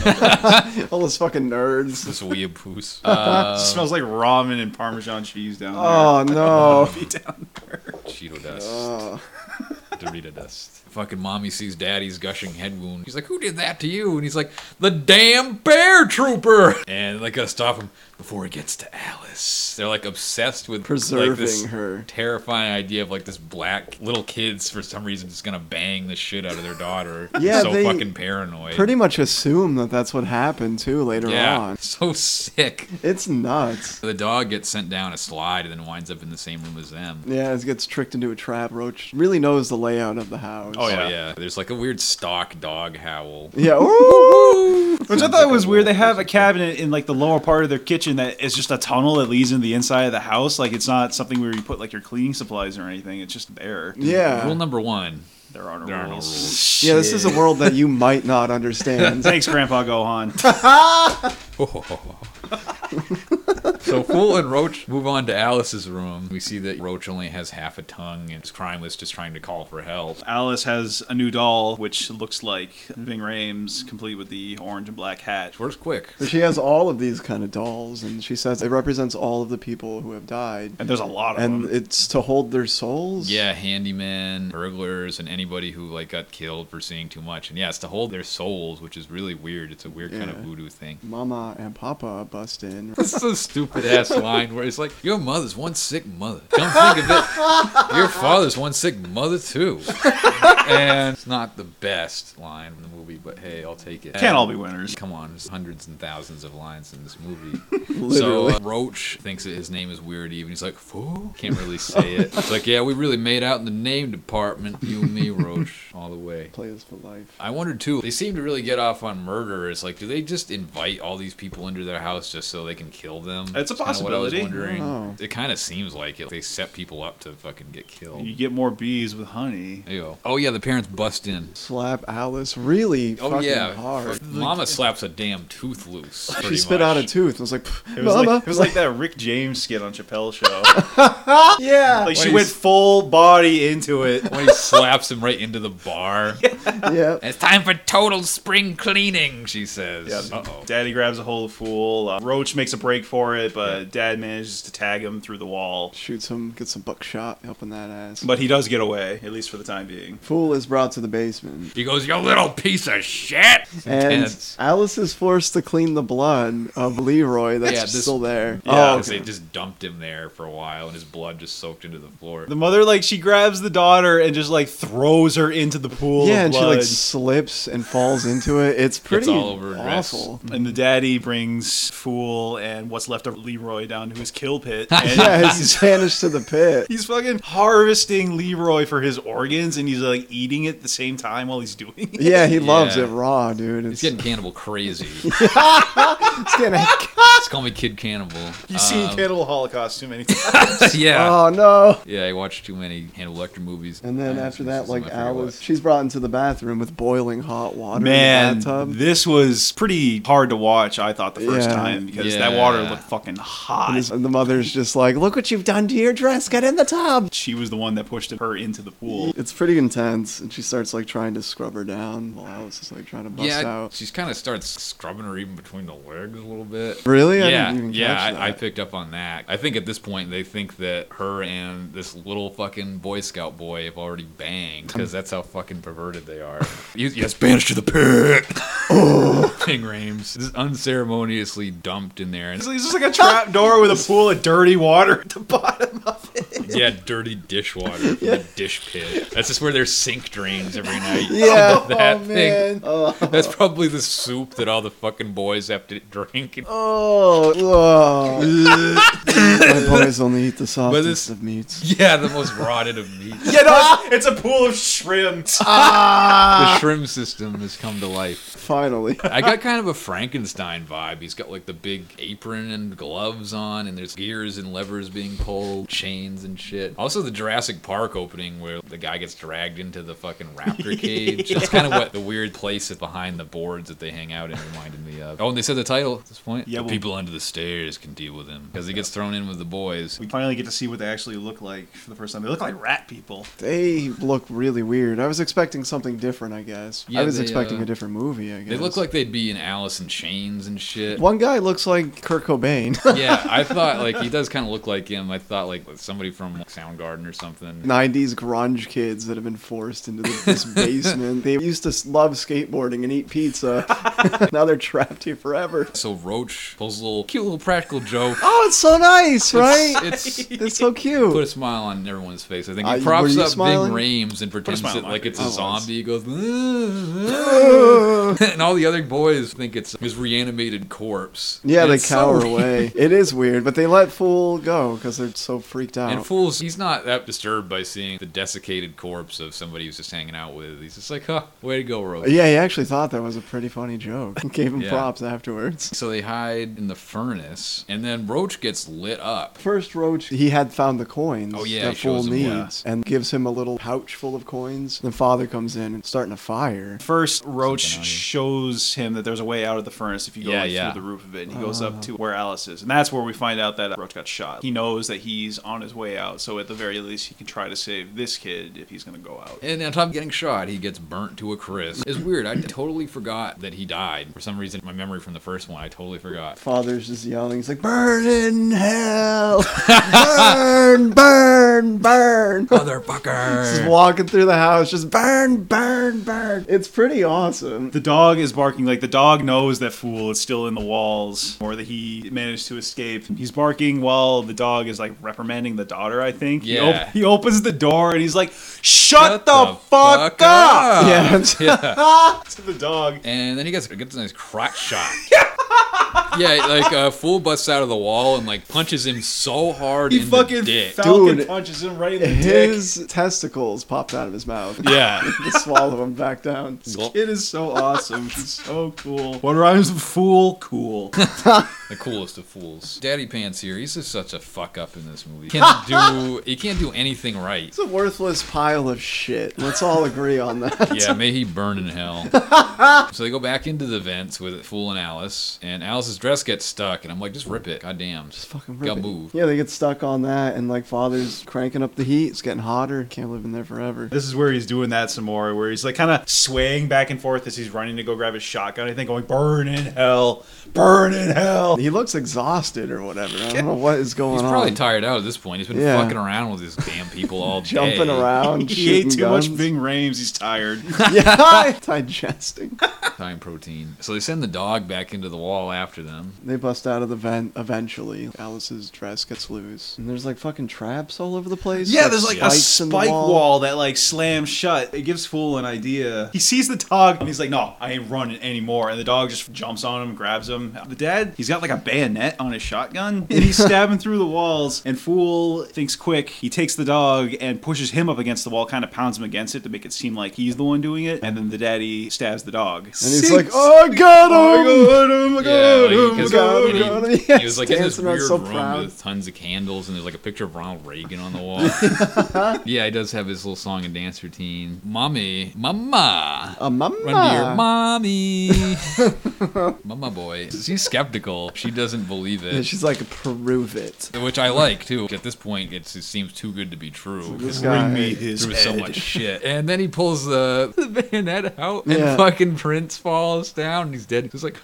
Speaker 3: All those fucking nerds.
Speaker 2: This weeb poos.
Speaker 4: It
Speaker 2: Uh,
Speaker 4: smells like ramen and Parmesan cheese down there.
Speaker 3: Oh no.
Speaker 4: Be down there.
Speaker 2: Cheeto dust.
Speaker 3: Oh.
Speaker 2: Dorita dust. Fucking mommy sees daddy's gushing head wound. He's like, Who did that to you? And he's like, The damn bear trooper! And they gotta stop him before he gets to Alice. They're like obsessed with like, this
Speaker 3: preserving her.
Speaker 2: terrifying idea of like this black little kids for some reason just gonna bang the shit out of their daughter.
Speaker 3: Yeah,
Speaker 2: so
Speaker 3: they-
Speaker 2: fucking paranoid.
Speaker 3: Pretty much assume that that's what happened too later
Speaker 2: yeah,
Speaker 3: on.
Speaker 2: so sick.
Speaker 3: It's nuts.
Speaker 2: The dog gets sent down a slide and then winds up in the same room as them.
Speaker 3: Yeah, it gets tricked into a trap. Roach really knows the layout of the house.
Speaker 4: Oh, yeah.
Speaker 2: There's like a weird stock dog howl.
Speaker 3: Yeah. Ooh.
Speaker 4: Which I thought was weird. They have a cabinet in like the lower part of their kitchen that is just a tunnel that leads into the inside of the house. Like it's not something where you put like your cleaning supplies or anything. It's just there.
Speaker 2: Rule
Speaker 3: yeah.
Speaker 2: number one.
Speaker 4: There are no
Speaker 2: There are no
Speaker 4: rules.
Speaker 2: rules.
Speaker 3: Yeah, this is a world that you might not understand.
Speaker 4: Thanks, Grandpa Gohan.
Speaker 2: so Fool and Roach move on to Alice's room. We see that Roach only has half a tongue and is crimeless, just trying to call for help.
Speaker 4: Alice has a new doll, which looks like Ving Rhames, complete with the orange and black hat.
Speaker 2: Works quick.
Speaker 3: But she has all of these kind of dolls, and she says it represents all of the people who have died,
Speaker 4: And there's a lot of
Speaker 3: and
Speaker 4: them.
Speaker 3: it's to hold their souls.
Speaker 2: Yeah, handymen, burglars, and anybody who like got killed for seeing too much. And yes, to hold their souls, which is really weird. It's a weird kind of
Speaker 3: Yeah.
Speaker 2: voodoo thing.
Speaker 3: Mama and Papa bust in.
Speaker 2: This is a stupid ass line where it's like, your mother's one sick mother. Come think of it, your father's one sick mother too. And it's not the best line in the movie, but hey, I'll take it.
Speaker 4: Can't all be winners.
Speaker 2: Come on, there's hundreds and thousands of lines in this movie. so
Speaker 3: Literally.
Speaker 2: uh, Roach thinks that his name is Weird Eve, and he's like, "Fool, can't really say it." It's like, yeah, we really made out in the name department, you and me, Roach, all the way.
Speaker 3: Players for life.
Speaker 2: I wondered too. They seem to really get off on murder. It's like, do they just invite all these people into their house just so they can kill them?
Speaker 4: It's a
Speaker 2: That's kinda
Speaker 4: possibility.
Speaker 2: What I was wondering.
Speaker 3: Oh.
Speaker 2: It kind of seems like it. They set people up to fucking get killed.
Speaker 4: You get more bees with honey.
Speaker 2: Ew. Oh yeah, the parents bust in.
Speaker 3: Slap Alice really
Speaker 2: Oh
Speaker 3: fucking
Speaker 2: yeah,
Speaker 3: hard.
Speaker 2: Mama slaps a damn tooth loose.
Speaker 3: She
Speaker 2: pretty
Speaker 3: spit
Speaker 2: much.
Speaker 3: out a tooth. and was like, "Pff,
Speaker 4: It was,
Speaker 3: Mama.
Speaker 4: like, it was like that Rick James skit on Chappelle's show.
Speaker 3: yeah.
Speaker 4: Like she
Speaker 2: Wait.
Speaker 4: went full body into it.
Speaker 2: when he slaps him right into the bar.
Speaker 3: yeah.
Speaker 2: It's time for total spring cleaning, she says.
Speaker 4: Yeah.
Speaker 2: Uh-oh.
Speaker 4: Daddy grabs a hold of Fool. Uh, Roach makes a break for it, but Dad manages to tag him through the wall.
Speaker 3: Shoots him, gets some buckshot, helping that ass.
Speaker 4: But he does get away, at least for the time being.
Speaker 3: Fool is brought to the basement.
Speaker 2: He goes, you little piece of shit. It's
Speaker 3: And
Speaker 2: intense.
Speaker 3: Alice is forced to clean the blood of Leroy that's
Speaker 2: Yeah, this-
Speaker 3: still there.
Speaker 4: Yeah.
Speaker 3: oh,
Speaker 2: 'Cause
Speaker 3: okay.
Speaker 2: they just dumped him there for a while, and his blood just soaked into the floor.
Speaker 4: The mother, like, she grabs the daughter and just, like, throws her into the pool.
Speaker 3: yeah,
Speaker 4: of
Speaker 3: and she like
Speaker 4: blood.
Speaker 3: slips and falls into it. It's pretty
Speaker 2: all over her dress.
Speaker 3: awful.
Speaker 4: And the daddy brings Fool and what's left of Leroy down to his kill pit. And
Speaker 3: Yeah, he's
Speaker 4: he's,
Speaker 3: vanished to the pit.
Speaker 4: he's fucking harvesting Leroy for his organs and he's like eating it at the same time while he's doing it.
Speaker 3: Yeah, he loves does
Speaker 2: Yeah.
Speaker 3: it raw, dude. It's,
Speaker 2: He's getting cannibal crazy.
Speaker 3: it's getting-
Speaker 2: Just call me Kid Cannibal. Uh,
Speaker 4: You've seen Cannibal Holocaust too many times.
Speaker 2: yeah.
Speaker 3: Oh no.
Speaker 2: yeah, I watched too many Hannibal Lecter movies.
Speaker 3: And then
Speaker 2: Uh,
Speaker 3: after
Speaker 2: since
Speaker 3: that,
Speaker 2: this
Speaker 3: like
Speaker 2: is my favorite
Speaker 3: Al was,
Speaker 2: one.
Speaker 3: she's brought into the bathroom with boiling hot water in
Speaker 4: Man,
Speaker 3: the bathtub.
Speaker 4: this was pretty hard to watch, I thought, the first
Speaker 3: Yeah.
Speaker 4: time because that water
Speaker 2: Yeah.
Speaker 4: looked fucking
Speaker 3: And
Speaker 4: hot.
Speaker 3: his- and the mother's just like, "Look what you've done to your dress. Get in the tub."
Speaker 4: She was the one that pushed her into the pool.
Speaker 3: It's pretty intense, and she starts like trying to scrub her down while Alice is like trying to bust
Speaker 2: Yeah,
Speaker 3: out.
Speaker 2: she's kind of starts scrubbing her even between the legs a little bit.
Speaker 3: Really? I
Speaker 2: yeah,
Speaker 3: didn't even
Speaker 2: yeah,
Speaker 3: catch
Speaker 2: I, I
Speaker 3: that.
Speaker 2: picked up on that. I think at this point they think that her and this little fucking Boy Scout boy have already banged because that's how fucking perverted they are. You- yes, banished to the pit. King Rames is unceremoniously dumped in there,
Speaker 4: It's
Speaker 2: and
Speaker 4: it's just like a trap door with a pool of dirty water at the bottom of it.
Speaker 2: yeah, dirty dishwater from the dish pit. That's just where their sink drains every night.
Speaker 3: Yeah.
Speaker 2: That
Speaker 3: oh
Speaker 2: thing.
Speaker 3: man. Oh.
Speaker 2: That's probably the soup that all the fucking boys have to drink. and-
Speaker 3: Oh. oh. My boys only eat the softest
Speaker 2: this-
Speaker 3: of meats.
Speaker 2: Yeah, the most rotted of meats.
Speaker 4: Yeah, no, it's, it's a pool of shrimps.
Speaker 2: The shrimp system has come to life.
Speaker 3: Finally.
Speaker 2: I got kind of a Frankenstein vibe. He's got like the big apron and gloves on, and there's gears and levers being pulled, chains and shit. Also, the Jurassic Park opening where the guy gets dragged into the fucking raptor cage. That's kind of what the weird place that behind the boards that they hang out in reminded me of. Oh, and they said the title at this point.
Speaker 4: Yeah,
Speaker 2: the
Speaker 4: well-
Speaker 2: people under the stairs can deal with him because he gets thrown in with the boys.
Speaker 4: We finally get to see what they actually look like for the first time. They look like rat people.
Speaker 3: They look really weird. I was expecting something different, I guess.
Speaker 2: Yeah,
Speaker 3: I was
Speaker 2: they,
Speaker 3: expecting
Speaker 2: uh,
Speaker 3: a different movie, I guess.
Speaker 2: They look like they'd be in Alice in Chains and shit.
Speaker 3: One guy looks like Kurt Cobain.
Speaker 2: yeah, I thought like he does kind of look like him. I thought like somebody from Soundgarden or something.
Speaker 3: 90s grunge kids that have been forced into the, this basement. they used to love skateboarding and eat pizza. now they're trapped here forever.
Speaker 2: So Roach pulls a little cute little practical joke.
Speaker 3: Oh, it's so nice, right?
Speaker 2: It's, it's
Speaker 3: It's so
Speaker 2: put
Speaker 3: cute.
Speaker 2: a smile on everyone's face. I think
Speaker 3: Uh,
Speaker 2: he
Speaker 3: were
Speaker 2: props
Speaker 3: you
Speaker 2: up
Speaker 3: smiling?
Speaker 2: Bing Rames and pretends
Speaker 4: smile
Speaker 2: that
Speaker 4: on my
Speaker 2: like it's
Speaker 4: face.
Speaker 2: a
Speaker 4: I was.
Speaker 2: zombie. He goes, and all the other boys think it's his reanimated corpse.
Speaker 3: Yeah,
Speaker 2: And
Speaker 3: they
Speaker 2: it's so
Speaker 3: cower
Speaker 2: weird.
Speaker 3: away. It is weird, but they let Fool go because they're so freaked out.
Speaker 2: And fools, he's not that disturbed by seeing the desiccated corpse of somebody he's just hanging out with. He's just like, huh, way to go, Roach.
Speaker 3: yeah, he actually thought that was a pretty funny joke. Gave him
Speaker 2: Yeah.
Speaker 3: props afterwards.
Speaker 2: So they hide in the furnace, and then Roach gets lit up.
Speaker 3: First Roach, he had found the coins
Speaker 2: Oh, yeah,
Speaker 3: that
Speaker 2: he shows
Speaker 3: Fool
Speaker 2: him,
Speaker 4: yeah.
Speaker 3: needs and gives him a little pouch full of coins. Then Father comes in and starting a fire.
Speaker 4: First, Roach
Speaker 2: Something on you.
Speaker 4: shows him that there's a way out of the furnace if you go
Speaker 2: Yeah,
Speaker 4: like,
Speaker 2: yeah.
Speaker 4: through the roof of it. And he goes up
Speaker 2: Oh.
Speaker 4: to where Alice is. And that's where we find out that Roach got shot. He knows that he's on his way out. So at the very least, he can try to save this kid if he's going to go out.
Speaker 2: And on top of getting shot, he gets burnt to a crisp. It's weird. I totally forgot that he died. For some reason, my memory from the first one, I totally forgot.
Speaker 3: Father's just yelling. He's like, "Burn in hell! burn! Burn! Burn!" Just
Speaker 2: Motherfucker!
Speaker 3: walking through the house, just burn, burn, burn. It's pretty awesome.
Speaker 4: The dog is barking. Like, the dog knows that Fool is still in the walls or that he managed to escape. He's barking while the dog is, like, reprimanding the daughter, I think. He,
Speaker 2: Yeah.
Speaker 4: he opens the door and he's like, Shut, the, fuck, up!
Speaker 3: Oh, Yeah, it's-
Speaker 4: to the dog.
Speaker 2: And then he gets gets a nice crotch shot. yeah, like a fool busts out of the wall and like punches him so hard
Speaker 4: He
Speaker 2: in
Speaker 4: fucking
Speaker 2: the dick.
Speaker 4: falcon
Speaker 3: Dude,
Speaker 4: punches him right in the dick.
Speaker 3: his testicles popped out of his mouth.
Speaker 2: yeah.
Speaker 3: Just swallow him back down.
Speaker 4: It is so awesome. She's so cool. What rhymes with fool? Cool.
Speaker 2: The coolest of fools. Daddy Pants here, he's just such a fuck up in this movie. Can't do he can't do anything right.
Speaker 3: It's a worthless pile of shit. Let's all agree on that.
Speaker 2: Yeah, may he burn in hell. so they go back into the vents with Fool and Alice, and Alice's dress gets stuck, and I'm like, just rip it. God damn. Just
Speaker 3: Fucking
Speaker 2: Gotta
Speaker 3: ripping.
Speaker 2: move.
Speaker 3: Yeah, they get stuck on that, and like father's cranking up the heat. It's getting hotter. Can't live in there forever.
Speaker 4: this is where he's doing that some more, where he's like kind of swaying back and forth as he's running to go grab his shotgun. I think going, burn in hell, burn in hell.
Speaker 3: He looks exhausted or whatever. I don't know what is going
Speaker 2: He's
Speaker 3: on.
Speaker 2: probably tired out at this point. He's been
Speaker 3: Yeah.
Speaker 2: fucking around with these damn people all day.
Speaker 3: Jumping around,
Speaker 4: He ate
Speaker 3: shooting
Speaker 4: too much
Speaker 3: guns.
Speaker 4: Bing Rames. He's tired.
Speaker 3: Yeah, digesting.
Speaker 2: Time protein. So they send the dog back into the wall after them. them.
Speaker 3: They bust out of the vent eventually. Alice's dress gets loose. And there's like fucking traps all over the place.
Speaker 4: Yeah, there's like a
Speaker 3: spikes in the
Speaker 4: spike wall that like slams shut. It gives Fool an idea. He sees the dog and he's like, "No, I ain't running anymore." And the dog just jumps on him, grabs him. The dad, he's got like a bayonet on his shotgun and he's stabbing through the walls. And Fool thinks quick. He takes the dog and pushes him up against the wall, kind of pounds him against it to make it seem like he's the one doing it. And then the daddy stabs the dog.
Speaker 3: And he's like, oh, I got him!
Speaker 4: Oh
Speaker 2: yeah,
Speaker 4: my god! Oh my god!
Speaker 2: like,
Speaker 4: Oh my
Speaker 2: 'cause
Speaker 4: god!
Speaker 2: he,
Speaker 3: God,
Speaker 2: he
Speaker 3: yes,
Speaker 2: was like in this
Speaker 3: dancing around
Speaker 2: weird
Speaker 3: so
Speaker 2: room
Speaker 3: proud.
Speaker 2: with tons of candles, and there's like a picture of Ronald Reagan on the wall. yeah, he does have his little song and dance routine. Mommy, mama,
Speaker 3: A mama.
Speaker 2: run to your mommy, mama boy. She's skeptical. She doesn't believe
Speaker 3: And
Speaker 2: it.
Speaker 3: she's like, prove it.
Speaker 2: Which I like too. At this point, it's, it seems too good to be true.
Speaker 3: This guy.
Speaker 4: Bring me his
Speaker 2: through so
Speaker 4: head.
Speaker 2: much shit. And then he pulls the, the bayonet out, and
Speaker 3: Yeah.
Speaker 2: fucking Prince falls down, and he's dead. He's like,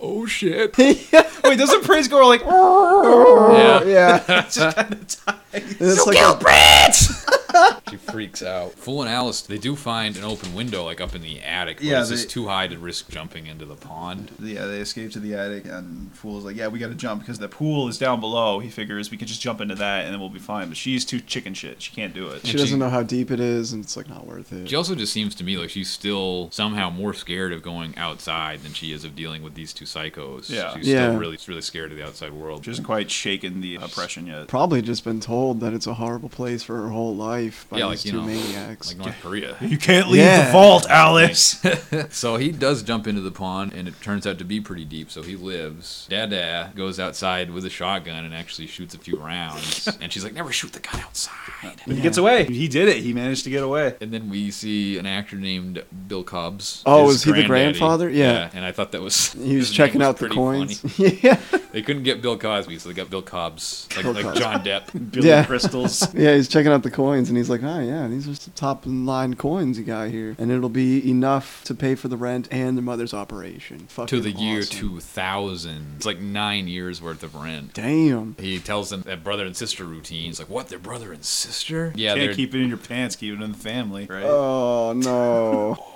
Speaker 2: oh shit.
Speaker 4: Wait, doesn't Prince go like?
Speaker 2: yeah.
Speaker 3: Yeah.
Speaker 4: just kind of dies.
Speaker 3: And it's like a-
Speaker 2: She freaks out. Fool and Alice, they do find an open window, like up in the attic.
Speaker 4: Yeah,
Speaker 2: Yeah, this is
Speaker 4: they-
Speaker 2: too high to risk jumping into the pond.
Speaker 4: Yeah, they escape to the attic, and Fool's like, "Yeah, we gotta jump because the pool is down below." He figures we could just jump into that, and then we'll be fine. But she's too chicken shit; she can't do it.
Speaker 3: she doesn't know how deep it is, and it's like not worth it.
Speaker 2: She also just seems to me like she's still somehow more scared of going outside than she is of dealing with these two psychos.
Speaker 4: Yeah.
Speaker 2: She's
Speaker 3: Yeah.
Speaker 2: still really, really scared of the outside world.
Speaker 4: She hasn't quite shaken the oppression yet.
Speaker 3: Probably just been told that it's a horrible place for her whole life by
Speaker 2: yeah, like,
Speaker 3: these
Speaker 2: you
Speaker 3: two
Speaker 2: know,
Speaker 3: maniacs.
Speaker 2: like North Korea.
Speaker 4: You can't leave
Speaker 3: Yeah.
Speaker 4: the vault, Alice.
Speaker 2: So he does jump into the pond, and it turns out to be pretty deep, so he lives. Dada goes outside with a shotgun and actually shoots a few rounds. and she's like, never shoot the gun outside.
Speaker 4: He gets away. He did it. He managed to get away.
Speaker 2: And then we see an actor named Bill Cobbs.
Speaker 3: Oh,
Speaker 2: his
Speaker 3: is he the
Speaker 2: granddaddy.
Speaker 3: grandfather? Yeah.
Speaker 2: And I thought that was.
Speaker 3: he was
Speaker 2: his name
Speaker 3: checking out the
Speaker 2: pretty
Speaker 3: coins.
Speaker 2: funny.
Speaker 3: yeah.
Speaker 2: They couldn't get Bill Cosby, so they got Bill Cobbs, like,
Speaker 3: Bill
Speaker 2: like
Speaker 3: Cobbs.
Speaker 2: John Depp.
Speaker 4: Billy
Speaker 3: Yeah.
Speaker 4: Crystals.
Speaker 3: Yeah, he's checking out the coins and he's like, oh, yeah, these are some top in line coins you got here. And it'll be enough to pay for the rent and their mother's operation. Fucking
Speaker 2: to the year
Speaker 3: awesome.
Speaker 2: 2000. It's like nine years worth of rent.
Speaker 3: Damn.
Speaker 2: He tells them that brother and sister routine. He's like, what? They're brother and sister? Yeah,
Speaker 4: can't
Speaker 2: they're
Speaker 4: keep it in your pants. Keep it in the family, right?
Speaker 3: Oh, no.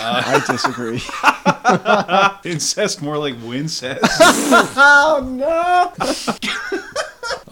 Speaker 2: Uh,
Speaker 3: I disagree.
Speaker 4: Incest, more like wincest.
Speaker 3: oh, no.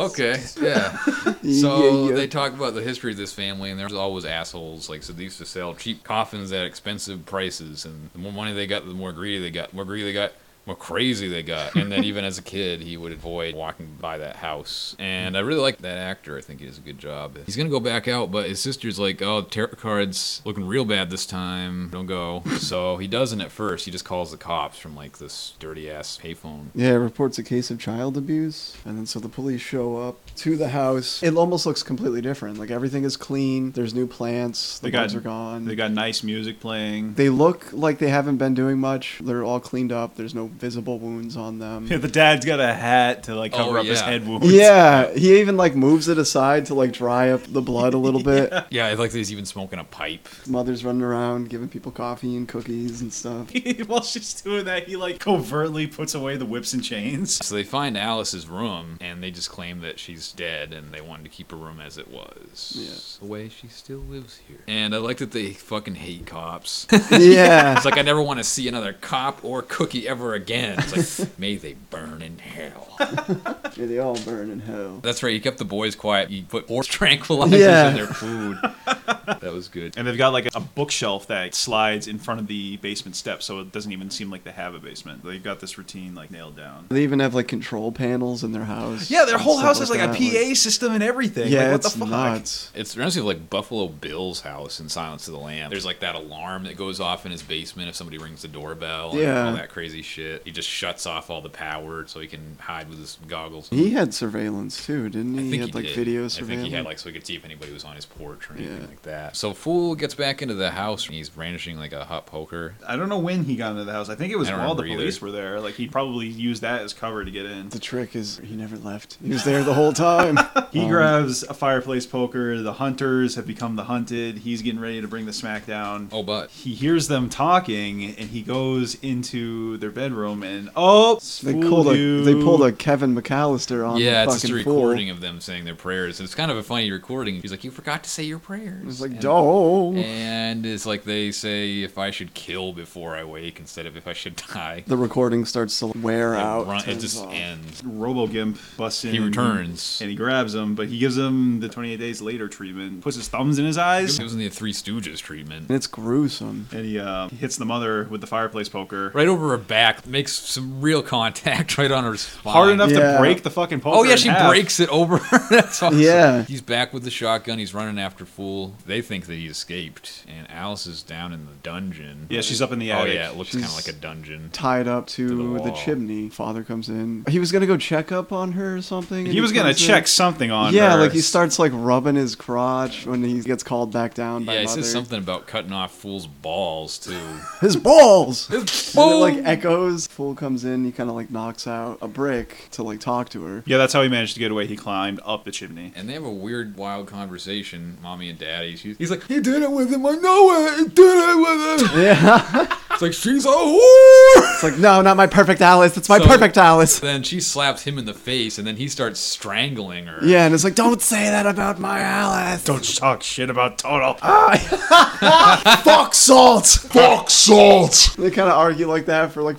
Speaker 2: Okay, yeah. So they talk about the history of this family, and there's always assholes. Like, so they used to sell cheap coffins at expensive prices, and the more money they got, the more greedy they got. The more greedy they got, the more crazy they got. And then even as a kid, he would avoid walking by that house. And I really like that actor. I think he does a good job. He's gonna go back out, but his sister's like, "Oh, tarot cards looking real bad this time. Don't go." So he doesn't at first. He just calls the cops from like this dirty ass payphone.
Speaker 3: Yeah, it reports a case of child abuse. And then so the police show up to the house. It almost looks completely different. Like everything is clean. There's new plants. The
Speaker 4: They got-
Speaker 3: bugs are gone.
Speaker 4: they got nice music playing.
Speaker 3: They look like they haven't been doing much. They're all cleaned up. There's no visible wounds on them.
Speaker 4: Yeah, the dad's got a hat to like cover
Speaker 2: Oh,
Speaker 4: up his
Speaker 2: yeah.
Speaker 4: head wounds.
Speaker 3: yeah, he even like moves it aside to like dry up the blood a little bit.
Speaker 2: Yeah, I like that he's even smoking a pipe.
Speaker 3: Mother's running around giving people coffee and cookies and stuff.
Speaker 4: While she's doing that, he like covertly puts away the whips and chains.
Speaker 2: So they find Alice's room and they just claim that she's dead and they wanted to keep her room as it was. The way she still lives here. And I like that they fucking hate cops. it's
Speaker 3: Yeah.
Speaker 2: like I never want to see another cop or cookie ever again. It's like may they burn in hell.
Speaker 3: Yeah, they all burn in hell.
Speaker 2: That's right, he kept the boys quiet. He put horse tranquilizers
Speaker 3: Yeah.
Speaker 2: in their food. That was good.
Speaker 4: And they've got like a bookshelf that slides in front of the basement steps, so it doesn't even seem like they have a basement. They've got this routine like nailed down.
Speaker 3: They even have like control panels in their house.
Speaker 4: Yeah, their
Speaker 3: and
Speaker 4: whole
Speaker 3: stuff
Speaker 4: house has like
Speaker 3: that,
Speaker 4: a PA system and everything.
Speaker 3: yeah,
Speaker 4: like, what
Speaker 3: it's
Speaker 4: the fuck?
Speaker 3: nuts.
Speaker 2: It's it reminds me of like Buffalo Bill's house in Silence of the Lambs. There's like that alarm that goes off in his basement if somebody rings the doorbell and
Speaker 3: Yeah.
Speaker 2: all that crazy shit. He just shuts off all the power so he can hide with his goggles.
Speaker 3: He had surveillance too, didn't
Speaker 2: I
Speaker 3: he?
Speaker 2: think
Speaker 3: he had like video
Speaker 2: I
Speaker 3: surveillance.
Speaker 2: think he had like so he could see if anybody was on his porch or anything
Speaker 3: Yeah.
Speaker 2: like that. So Fool gets back into the house and he's brandishing like a hot poker.
Speaker 4: I don't know when he got into the house. I think it was
Speaker 2: I don't
Speaker 4: while the
Speaker 2: remember
Speaker 4: police
Speaker 2: either.
Speaker 4: were there. Like he probably used that as cover to get in.
Speaker 3: the trick is he never left. He was there the whole time.
Speaker 4: He
Speaker 3: Um,
Speaker 4: grabs a fireplace poker. The hunters have become the hunted. He's getting ready to bring the smack down.
Speaker 2: Oh, but
Speaker 4: He hears them talking and he goes into their bedroom and oh,
Speaker 3: They
Speaker 4: fooled
Speaker 3: pulled a
Speaker 4: you.
Speaker 3: they pulled a Kevin McAllister on
Speaker 2: yeah,
Speaker 3: the
Speaker 2: it's just
Speaker 3: fucking
Speaker 2: a
Speaker 3: pool.
Speaker 2: recording of them saying their prayers. And it's kind of a funny recording. He's like, "You forgot to say your prayers."
Speaker 3: It's
Speaker 2: years.
Speaker 3: like,
Speaker 2: And-
Speaker 3: dog.
Speaker 2: And it's like they say if I should kill before I wake instead of if I should die.
Speaker 3: The recording starts to wear
Speaker 2: It
Speaker 3: out.
Speaker 2: run- it
Speaker 3: turns
Speaker 2: just
Speaker 3: off.
Speaker 2: ends.
Speaker 4: Robogimp busts in.
Speaker 2: He returns.
Speaker 4: And he grabs him, but he gives him the 28 days later treatment, puts his thumbs in his eyes,
Speaker 2: It was in the Three Stooges treatment.
Speaker 3: And it's gruesome.
Speaker 4: and he, uh, he hits the mother with the fireplace poker.
Speaker 2: Right over her back, makes some real contact right on her spine.
Speaker 4: Hard enough
Speaker 3: Yeah.
Speaker 4: to break the fucking poker.
Speaker 2: Oh yeah,
Speaker 4: in
Speaker 2: she
Speaker 4: half.
Speaker 2: breaks it over. her. That's awesome.
Speaker 3: Yeah.
Speaker 2: He's back with the shotgun. He's running after Fool. They think that he escaped, and Alice is down in the dungeon.
Speaker 4: Yeah, she's up in the
Speaker 2: Oh
Speaker 4: attic.
Speaker 2: yeah, it looks kind of
Speaker 3: She's-
Speaker 2: like a dungeon.
Speaker 3: Tied up to,
Speaker 2: the
Speaker 3: the,
Speaker 2: wall.
Speaker 3: chimney. Father comes in. He was gonna go check up on her or something. and
Speaker 4: He was gonna
Speaker 3: comes in.
Speaker 4: check something on
Speaker 3: Yeah,
Speaker 4: her.
Speaker 3: like he starts like rubbing his crotch when he gets called back down by
Speaker 2: Yeah, he
Speaker 3: mother.
Speaker 2: says something about cutting off Fool's balls too.
Speaker 3: His balls. And it, like
Speaker 2: Boom!
Speaker 3: echoes. Fool comes in. He kind of like knocks out a brick to like talk to her.
Speaker 4: Yeah, that's how he managed to get away. He climbed up the chimney.
Speaker 2: And they have a weird, wild conversation, mommy and daddy. She's, he's like, he did it with him. I know it. He did it with him.
Speaker 3: Yeah.
Speaker 2: it's like, she's a whore.
Speaker 3: It's like no, not my perfect Alice. That's my
Speaker 2: So-
Speaker 3: perfect Alice.
Speaker 2: Then she slaps him in the face, and then he starts strangling her.
Speaker 3: Yeah, and it's like don't say that about my Alice.
Speaker 4: Don't talk shit about Toto.
Speaker 3: Ah, Fuck salt. Fuck salt. They kind of argue like that for like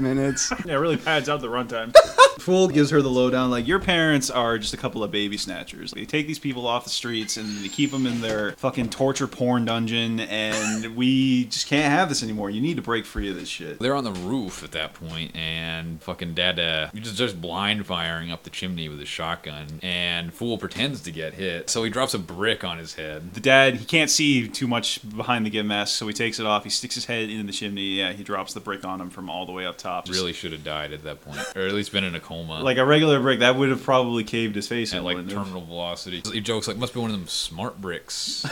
Speaker 3: minutes.
Speaker 4: Yeah, it really pads out the runtime. Fool gives her the lowdown like, your parents are just a couple of baby snatchers. They take these people off the streets and they keep them in their fucking torture porn dungeon, and we just can't have this anymore. You need to break free of this shit.
Speaker 2: They're on the roof at that point, and fucking Dada he just just blind firing up the chimney with his shotgun, and Fool pretends to get hit, so he drops a brick on his head.
Speaker 4: The dad, he can't see too much behind the gimp mask, so he takes it off. He sticks his head into the chimney. Yeah, he drops the brick on him from all the way up top. Just
Speaker 2: Really should have died at that point, or at least been in a coma.
Speaker 4: Like a regular brick, that would have probably caved his face in,
Speaker 2: at like
Speaker 4: wouldn't it?
Speaker 2: terminal velocity. He jokes like, "Must be one of them smart bricks."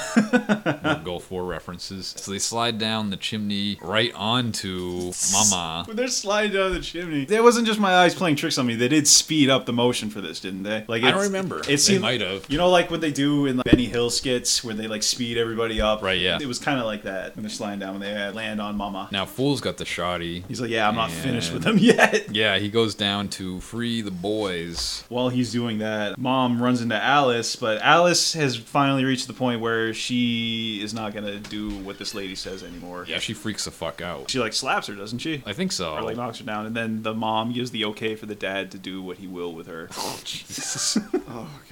Speaker 2: Gulf War references. So they slide down the chimney right onto Mama.
Speaker 4: When they're sliding down the chimney, it wasn't just my eyes playing tricks on me. They did speed up the motion for this, didn't they? Like
Speaker 2: I
Speaker 4: it's-
Speaker 2: don't remember.
Speaker 4: It
Speaker 2: They
Speaker 4: seemed,
Speaker 2: might have.
Speaker 4: You know, like what they do in like, Benny Hill skits, where they like speed everybody up.
Speaker 2: Right, yeah.
Speaker 4: It was kind of like that when they're sliding down when they uh, land on Mama.
Speaker 2: Now Fool's got the shoddy.
Speaker 4: He's like, yeah, I'm not finished
Speaker 2: And-
Speaker 4: with them yet.
Speaker 2: Yeah, he goes down to free the boys.
Speaker 4: While he's doing that, Mom runs into Alice, but Alice has finally reached the point where she is not gonna do what this lady says anymore.
Speaker 2: Yeah, she freaks the fuck out.
Speaker 4: She like slaps her, doesn't she?
Speaker 2: I think so.
Speaker 4: or like knocks her down, and then the mom gives the okay for the dad to do what he will with her. Oh Jesus!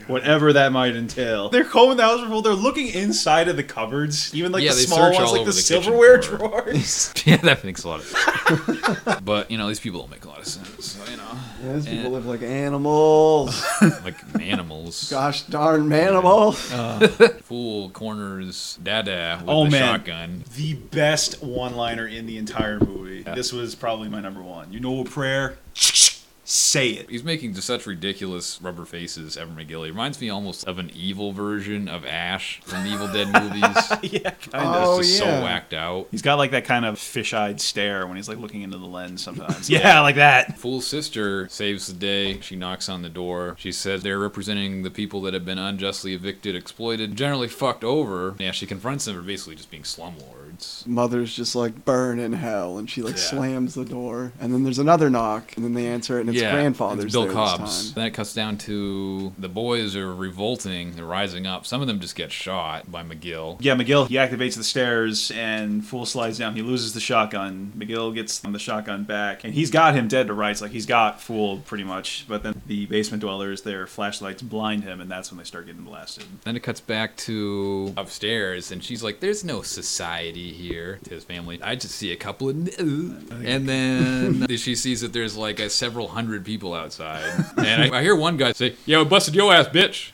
Speaker 4: Whatever that might entail. They're combing the house for full. They're looking inside of the cupboards, even like
Speaker 2: Yeah,
Speaker 4: the
Speaker 2: they
Speaker 4: small
Speaker 2: search
Speaker 4: ones,
Speaker 2: all
Speaker 4: like
Speaker 2: over
Speaker 4: the,
Speaker 2: the kitchen
Speaker 4: silverware
Speaker 2: floor.
Speaker 4: drawers.
Speaker 2: yeah, that makes a lot of sense. but you know, these people don't make a lot of sense. So, you know,
Speaker 3: Yeah, these people
Speaker 2: Eh.
Speaker 3: live like animals.
Speaker 2: like animals.
Speaker 3: Gosh darn manimals.
Speaker 2: Fool corners Dada with
Speaker 4: Oh,
Speaker 2: the
Speaker 4: man.
Speaker 2: shotgun.
Speaker 4: the best one-liner in the entire movie. This was probably my number one. You know a prayer? Say it.
Speaker 2: He's making just such ridiculous rubber faces, Evan McGill. He reminds me almost of an evil version of Ash from the Evil Dead movies.
Speaker 4: yeah, kind of.
Speaker 3: Oh,
Speaker 2: it's just
Speaker 3: yeah.
Speaker 2: so whacked out.
Speaker 4: He's got like that kind of fish-eyed stare when he's like looking into the lens sometimes. yeah, like that.
Speaker 2: Fool's sister saves the day. She knocks on the door. She says they're representing the people that have been unjustly evicted, exploited, generally fucked over. Yeah, she confronts them for basically just being slumlords.
Speaker 3: Mother's just like burn in hell, and she like
Speaker 2: Yeah.
Speaker 3: slams the door, and then there's another knock, and then they answer it, and it's
Speaker 2: yeah,
Speaker 3: grandfather's
Speaker 2: it's Bill
Speaker 3: there
Speaker 2: Cobbs.
Speaker 3: This time.
Speaker 2: Then it cuts down to the boys are revolting, they're rising up. Some of them just get shot by McGill.
Speaker 4: Yeah, McGill, he activates the stairs and Fool slides down. He loses the shotgun. McGill gets the shotgun back, and he's got him dead to rights. Like, he's got Fool pretty much. But then the basement dwellers, their flashlights blind him, and that's when they start getting blasted.
Speaker 2: Then it cuts back to upstairs, and she's like, "There's no society here." To his family, I just see a couple of, and then she sees that there's like a several hundred people outside, and I, I hear one guy say, "Yo, busted your ass, bitch."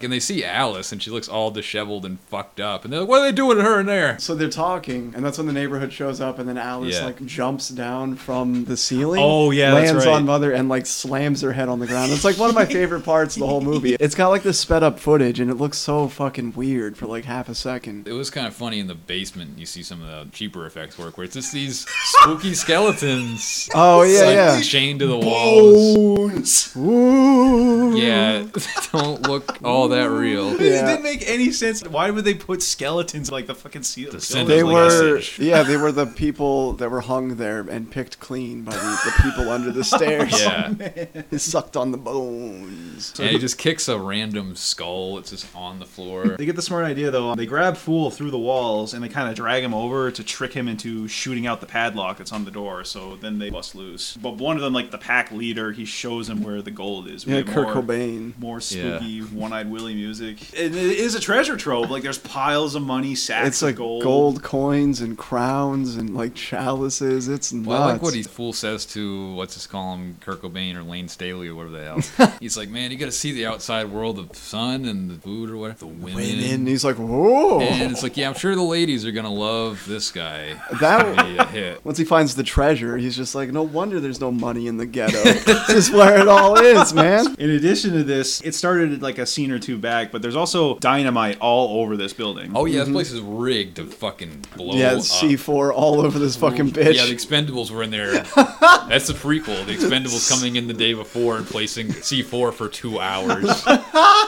Speaker 2: and they see Alice, and she looks all disheveled and fucked up, and they're like, "What are they doing to her in there?"
Speaker 3: So they're talking, and that's when the neighborhood shows up, and then Alice
Speaker 2: Yeah.
Speaker 3: like jumps down from the ceiling.
Speaker 4: Oh, yeah, that's
Speaker 3: lands
Speaker 4: right.
Speaker 3: on mother and like slams her head on the ground. It's like one of my favorite parts of the whole movie. It's got like this sped up footage, and it looks so fucking weird for like half a second.
Speaker 2: It was kind of funny in the basement. You see some of the cheaper effects work, where it's just these spooky skeletons.
Speaker 3: Oh yeah,
Speaker 2: like,
Speaker 3: yeah.
Speaker 2: chained to the walls.
Speaker 3: Ooh.
Speaker 2: Yeah, don't look. Oh, all that real.
Speaker 4: It
Speaker 3: Yeah.
Speaker 4: didn't make any sense. Why would they put skeletons like the fucking seal?
Speaker 2: The Sounds
Speaker 4: skeletons?
Speaker 3: They
Speaker 2: like
Speaker 3: were,
Speaker 2: Ice Age.
Speaker 3: yeah, they were the people that were hung there and picked clean by the, the people under the stairs.
Speaker 2: Yeah.
Speaker 3: They sucked on the bones.
Speaker 2: And he just kicks a random skull. It's just on the floor.
Speaker 4: They get the smart idea though. They grab Fool through the walls and they kind of drag him over to trick him into shooting out the padlock that's on the door. So then they bust loose. But one of them, like the pack leader, he shows him where the gold is. We
Speaker 3: Yeah,
Speaker 4: have
Speaker 3: Kurt
Speaker 4: more-
Speaker 3: Cobain.
Speaker 4: More
Speaker 2: Yeah.
Speaker 4: spooky one-eyed Willie music. And it is a treasure trove. Like there's piles of money, sacks
Speaker 3: It's
Speaker 4: of
Speaker 3: like
Speaker 4: gold.
Speaker 3: gold. coins and crowns and like chalices. It's nuts.
Speaker 2: Well, I like what he fool says to what's his call him Kurt Cobain or Lane Staley or whatever the hell. He's like, man, you got to see the outside world, the sun and the food or whatever, the women.
Speaker 3: And he's like, whoa.
Speaker 2: And it's like, yeah, I'm sure the ladies are gonna love this guy. It's gonna
Speaker 3: That
Speaker 2: be a hit.
Speaker 3: once he finds the treasure, he's just like, no wonder there's no money in the ghetto. this is where it all is, man.
Speaker 4: In addition to this, it started like a scene or two back, but there's also dynamite all over this building.
Speaker 2: Oh yeah, this place is rigged to fucking blow
Speaker 3: yeah,
Speaker 2: up.
Speaker 3: C4 all over this fucking bitch.
Speaker 2: Yeah, the Expendables were in there. That's the prequel. The Expendables coming in the day before and placing C4 for two hours.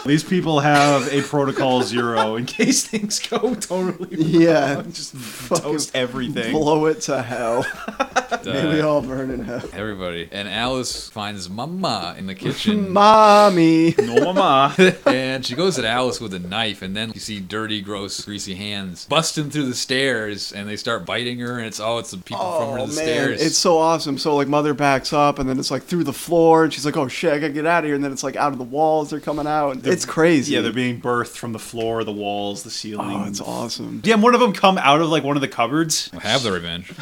Speaker 4: These people have a protocol zero in case things go totally wrong.
Speaker 3: yeah,
Speaker 4: Just
Speaker 3: fucking
Speaker 4: toast everything.
Speaker 3: blow it to hell. May we
Speaker 2: Uh,
Speaker 3: all burn in hell.
Speaker 2: everybody. And Alice finds Mama in the kitchen.
Speaker 3: Mommy.
Speaker 4: No mama.
Speaker 2: and she goes at Alice with a knife, and then you see dirty, gross, greasy hands busting through the stairs, and they start biting her, and it's oh, it's the people from
Speaker 3: Oh
Speaker 2: under
Speaker 3: man,
Speaker 2: the stairs.
Speaker 3: it's so awesome. So like mother backs up, and then it's like through the floor, and she's like, "Oh shit, I gotta get out of here." And then it's like out of the walls, they're coming out. And it's crazy.
Speaker 4: Yeah, they're being birthed from the floor, the walls, the ceiling.
Speaker 3: oh,
Speaker 2: Mm.
Speaker 3: it's awesome.
Speaker 4: Damn, one of them come out of like one of the cupboards.
Speaker 2: Have the revenge.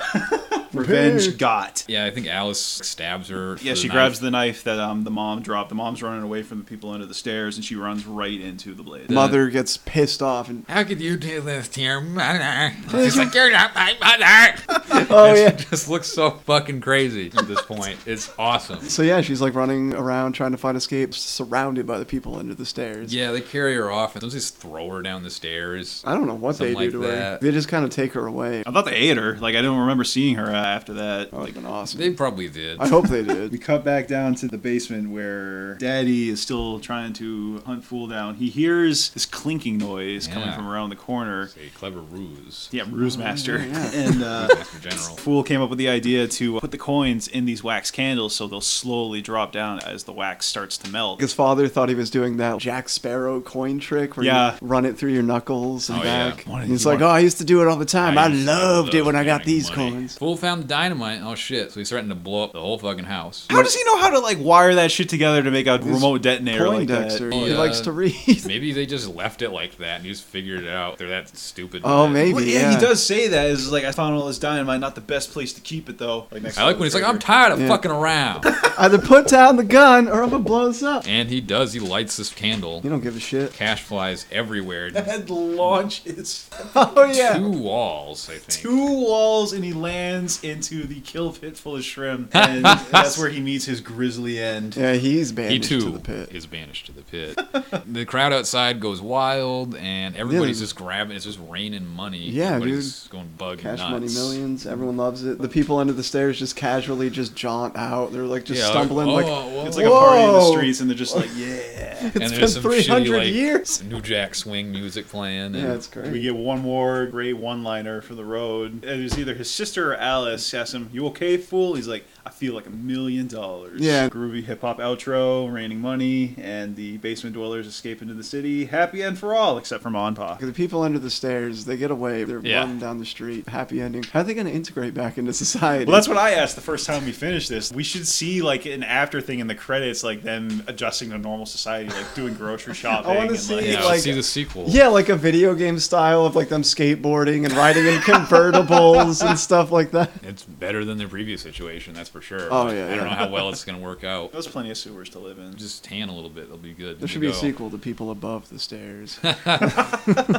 Speaker 4: Revenge got.
Speaker 2: Yeah, I think Alice stabs her.
Speaker 4: Yeah,
Speaker 2: with
Speaker 4: she
Speaker 2: a
Speaker 4: grabs
Speaker 2: knife.
Speaker 4: the knife that um, the mom dropped. The mom's running away from the people under the stairs, and she runs right into the blade.
Speaker 3: Mother gets pissed off, and
Speaker 2: How could you do this to your mother? She's like, you're not my mother.
Speaker 3: oh yeah.
Speaker 2: It just looks so fucking crazy at this point. It's awesome.
Speaker 3: So yeah, she's like running around trying to find escape, surrounded by the people under the stairs.
Speaker 2: Yeah, they carry her off and they just throw her down the stairs.
Speaker 3: I don't know what
Speaker 2: Something
Speaker 3: they do
Speaker 2: like
Speaker 3: to her.
Speaker 2: that.
Speaker 3: They just kind of take her away.
Speaker 4: I thought they ate her. Like I don't remember seeing her uh, after that.
Speaker 3: That would
Speaker 4: Like,
Speaker 3: have been awesome.
Speaker 2: They probably did.
Speaker 3: I hope they
Speaker 4: We
Speaker 3: did.
Speaker 4: cut back down to the basement where Daddy is still trying to hunt Fool down. He hears this clinking noise coming
Speaker 2: Yeah.
Speaker 4: from around the corner.
Speaker 2: A clever ruse.
Speaker 4: Yeah, Ruse Master. And uh,
Speaker 2: Master General.
Speaker 4: Fool came up with the idea to uh, put the coins in these wax candles so they'll slowly drop down as the wax starts to melt.
Speaker 3: His father thought he was doing that Jack Sparrow coin trick where
Speaker 4: Yeah.
Speaker 3: you run it through your knuckles and
Speaker 2: Oh, yeah.
Speaker 3: back.
Speaker 4: What
Speaker 3: And
Speaker 4: did
Speaker 3: he's
Speaker 4: you
Speaker 3: like,
Speaker 4: want?
Speaker 3: "Oh, I used to do it all the time. I, loved it when I got
Speaker 2: Making
Speaker 3: these
Speaker 2: money.
Speaker 3: coins."
Speaker 2: Fool found dynamite. Oh shit! So he's threatening to blow up the whole fucking house.
Speaker 4: How does he know how to like wire that shit together to make a remote detonator like
Speaker 3: Poindexter.
Speaker 4: that?
Speaker 2: Oh,
Speaker 3: He
Speaker 2: yeah.
Speaker 3: likes to read.
Speaker 2: Maybe they just left it like that and just figured it out. They're that stupid.
Speaker 3: Oh,
Speaker 2: man.
Speaker 3: maybe.
Speaker 4: Well, yeah,
Speaker 3: yeah.
Speaker 4: he does say that. Is like I found all this dynamite. Not the best place to keep it though. Like next.
Speaker 2: I like
Speaker 4: to
Speaker 2: when he's
Speaker 4: the
Speaker 2: like, "I'm
Speaker 4: refrigerator.
Speaker 2: tired of
Speaker 3: Yeah.
Speaker 2: fucking around,"
Speaker 3: Either put down the gun or I'm gonna blow this up.
Speaker 2: and he does. He lights this candle.
Speaker 3: You don't give a shit.
Speaker 2: Cash flies everywhere.
Speaker 4: Head launches
Speaker 3: Oh yeah.
Speaker 2: Two walls, I think.
Speaker 4: two walls and he lands into the kill pit full of shrimp, and that's where he meets his grisly end.
Speaker 3: Yeah, he's
Speaker 2: He
Speaker 3: banished to
Speaker 2: too
Speaker 3: the pit.
Speaker 2: is banished to the pit. the crowd outside goes wild, and everybody's just grabbing. It's just raining money.
Speaker 3: Yeah,
Speaker 2: everybody's going bug
Speaker 3: Cash
Speaker 2: nuts.
Speaker 3: Money Millions. Everyone loves it. The people under the stairs just casually just jaunt out. They're like just
Speaker 2: Yeah,
Speaker 3: stumbling
Speaker 2: oh,
Speaker 3: like,
Speaker 2: whoa.
Speaker 4: It's like a party in the
Speaker 3: Whoa.
Speaker 4: streets, and they're just like, yeah.
Speaker 3: it's
Speaker 2: and
Speaker 3: been
Speaker 2: there's some shitty,
Speaker 3: 300
Speaker 2: like,
Speaker 3: years.
Speaker 2: New Jack Swing music playing. And
Speaker 3: Yeah, it's
Speaker 4: We
Speaker 3: great.
Speaker 4: get one more great one-liner for the road. And it's either his sister or Alice asks him, "You okay, fool?" He's like, "I feel like a million dollars."
Speaker 3: Yeah.
Speaker 4: Groovy hip hop outro, raining money, and the basement dwellers escape into the city. Happy end for all, except for Ma and Pa.
Speaker 3: The people under the stairs, they get away. They're
Speaker 2: Yeah.
Speaker 3: running down the street. Happy ending. How are they going to integrate back into society?
Speaker 4: Well, that's what I asked the first time we finished this. We should see like an after thing in the credits, like them adjusting to normal society, like doing grocery shopping.
Speaker 3: wanna
Speaker 4: and,
Speaker 3: see,
Speaker 4: like,
Speaker 2: yeah,
Speaker 3: like-
Speaker 2: let's see the sequel.
Speaker 3: Yeah, like a video game style of like them skateboarding and riding in convertibles and stuff like that.
Speaker 2: It's better than the previous situation, that's for sure.
Speaker 3: Oh, yeah,
Speaker 2: I don't
Speaker 3: yeah.
Speaker 2: know how well it's going to work out.
Speaker 4: There's plenty of sewers to live in.
Speaker 2: Just tan a little bit, it'll be good.
Speaker 3: There should be a sequel to People Above the Stairs.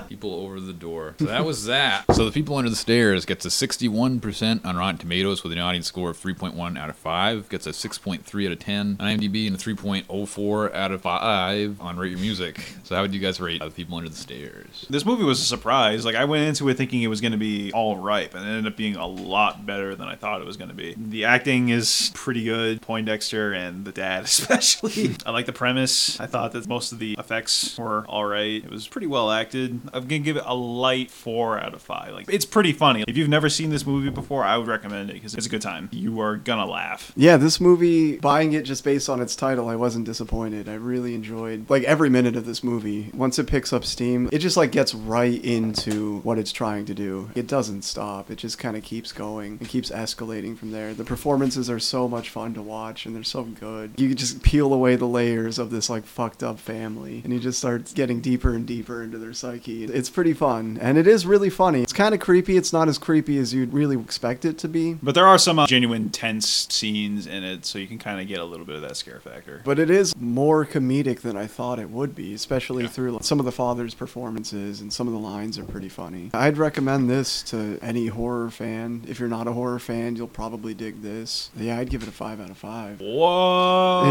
Speaker 2: People over the door. So that was that. So the people under the stairs gets a 61% on Rotten Tomatoes with an audience score of 3.1 out of 5, gets a 6.3 out of 10 on IMDb and a 3.04 out of 5, uh, oh five on Rate Your Music. So how would you guys rate The People Under the Stairs?
Speaker 4: This movie was a surprise. Like I went into it thinking it was going to be all right, but it ended up being a lot better than I thought it was going to be. The acting is pretty good, Poindexter and the dad especially. I like the premise. I thought that most of the effects were all right. It was pretty well acted. I'm gonna give it a light four out of five. Like it's pretty funny. If you've never seen this movie before, I would recommend it because it's a good time. You are gonna laugh.
Speaker 3: Yeah, this movie, buying it just based on its title, I wasn't disappointed. I really enjoyed like every minute of this movie. Once it picks up steam, it just like gets right into what it's trying to do. It doesn't stop. It just kind of keeps going and keeps escalating from there. The performances are so much fun to watch and they're so good. You just peel away the layers of this like fucked up family and you just start getting deeper and deeper into their psyche. It's pretty fun and it is really funny. It's kind of creepy. It's not as creepy as you'd really expect it to be,
Speaker 4: But there are some uh, genuine tense scenes in it, so you can kind of get a little bit of that scare factor.
Speaker 3: But it is more comedic than I thought it would be, especially through like, some of the father's performances and some of the lines are pretty funny. I'd recommend this to any horror fan. If you're not a horror fan, you'll probably dig this. Yeah, I'd give it a 5 out of 5.
Speaker 4: Whoa!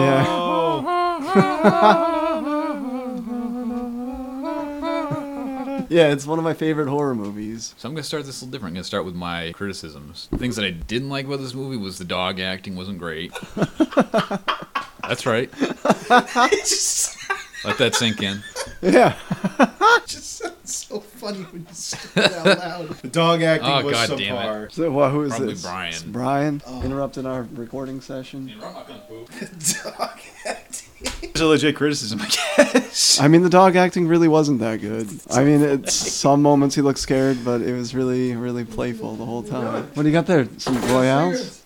Speaker 2: Oh.
Speaker 3: Yeah. Yeah, it's one of my favorite horror movies.
Speaker 2: So I'm gonna start this a little different. I'm gonna start with my criticisms. Things that I didn't like about this movie was the dog acting wasn't great. That's right. Let that sink in.
Speaker 3: Yeah.
Speaker 5: so funny when you say it out loud.
Speaker 4: The dog acting
Speaker 2: Oh,
Speaker 4: was
Speaker 2: God damn it.
Speaker 4: subpar.
Speaker 3: So, well, who is
Speaker 2: Probably
Speaker 3: this?
Speaker 2: Brian.
Speaker 3: It's Brian interrupted our recording session.
Speaker 5: Dog acting.
Speaker 4: It's a legit criticism, I guess.
Speaker 3: I mean, the dog acting really wasn't that good. I mean, at some moments he looked scared, but it was really, really playful the whole time. What do you got there? Some royales?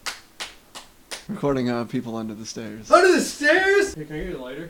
Speaker 3: Recording uh, people under the stairs.
Speaker 5: Under the stairs?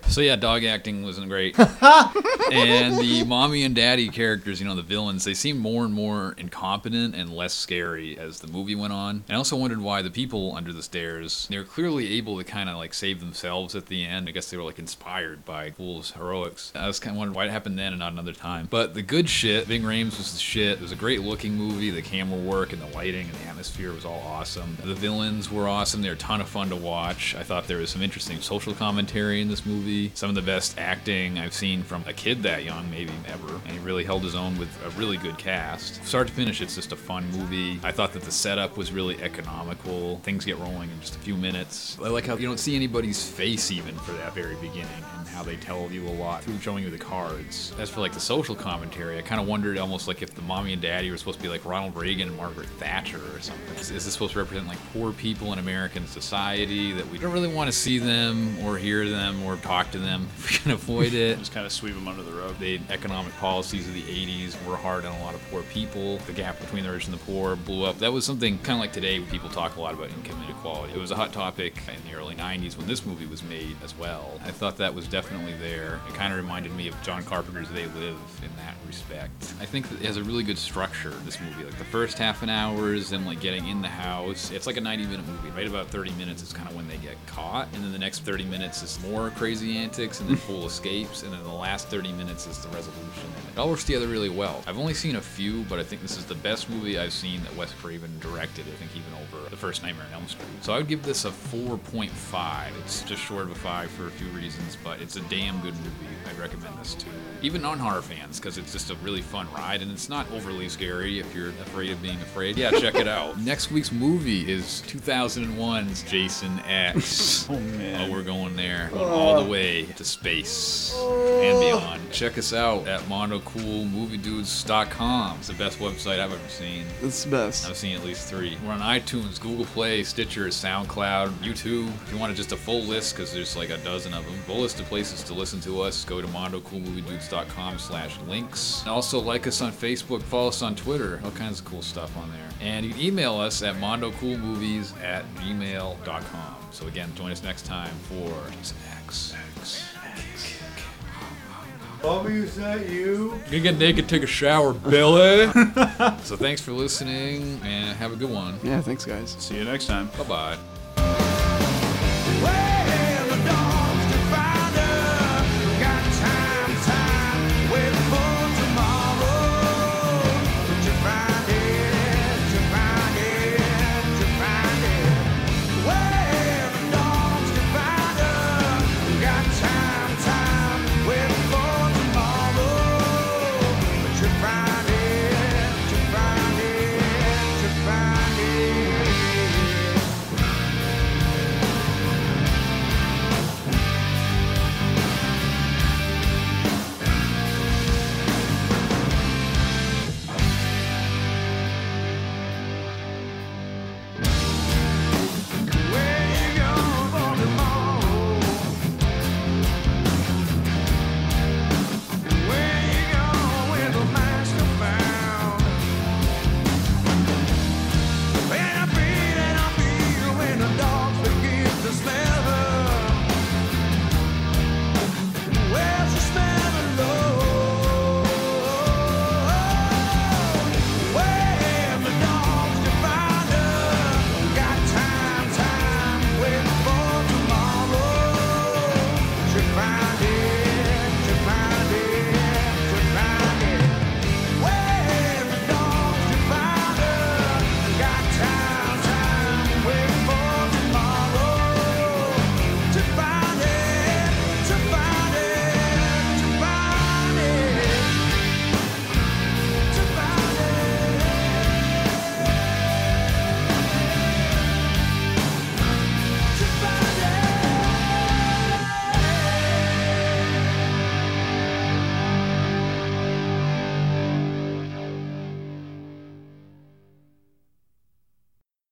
Speaker 2: So yeah, dog acting wasn't great. and the mommy and daddy characters, you know, the villains, they seemed more and more incompetent and less scary as the movie went on. And I also wondered why the people under the stairs, they were clearly able to kind of like save themselves at the end. I guess they were like inspired by Wolves' heroics. I was kind of wondering why it happened then and not another time. But the good shit, Ving Rhames was the shit. It was a great looking movie. The camera work and the lighting and the atmosphere was all awesome. The villains were awesome. They were a ton of fun to watch. I thought there was some interesting social commentary in this movie. Some of the best acting I've seen from a kid that young, maybe ever. And he really held his own with a really good cast. Start to finish, it's just a fun movie. I thought that the setup was really economical. Things get rolling in just a few minutes. I like how you don't see anybody's face even for that very beginning and how they tell you a lot through showing you the cards. As for like the social commentary, I kind of wondered almost like if the mommy and daddy were supposed to be like Ronald Reagan and Margaret Thatcher or something. Is, is this supposed to represent like poor people in American society that we don't really want to see them or hear them or talk to them? If we can avoid it.
Speaker 4: Just kind of sweep them under the rug.
Speaker 2: The economic policies of the 80s were hard on a lot of poor people. The gap between the rich and the poor blew up. That was something kind of like today, people talk a lot about income inequality. It was a hot topic in the early 90s when this movie was made as well. I thought that was definitely there. It kind of reminded me of John Carpenter's They Live in that respect. I think that it has a really good structure, this movie. Like the first half an hour is them like getting in the house. It's like a 90 minute movie. Right about 30 minutes is kind of when they get caught. And then the next 30 minutes is more crazy antics and then full escapes. And then the last 30 minutes is the resolution. And it all works together really well. I've only seen a few, but I think this is the best movie I've seen that Wes Craven directed. I think even over the first Nightmare on Elm Street. So I would give this a 4.5. It's just short of a 5 for a few reasons, but it's a damn good movie. I recommend this to even non horror fans because it's just a really fun ride and it's not overly scary if you're afraid of being afraid. Yeah, check it out. Next week's movie is 2001's Jason X.
Speaker 4: Oh man.
Speaker 2: Oh, we're going there. Going all the way to space and beyond. Check us out at monocoolmoviedudes.com. It's the best website I've ever seen.
Speaker 3: It's the best.
Speaker 2: I've seen at least three. We're on iTunes, Google Play, Stitcher, SoundCloud, YouTube. If you wanted just a full list, because there's like a dozen of them, full list of places to listen to us, go to mondocoolmoviedudes.com slash links. And also like us on Facebook, follow us on Twitter, all kinds of cool stuff on there. And you can email us at mondocoolmovies at gmail.com. So again, join us next time for Jason X. X.
Speaker 5: Bobby, is that you?
Speaker 2: Gonna get naked, take a shower, Billy. so thanks for listening and have a good one.
Speaker 3: Yeah, thanks guys.
Speaker 4: See you next time.
Speaker 2: Bye bye.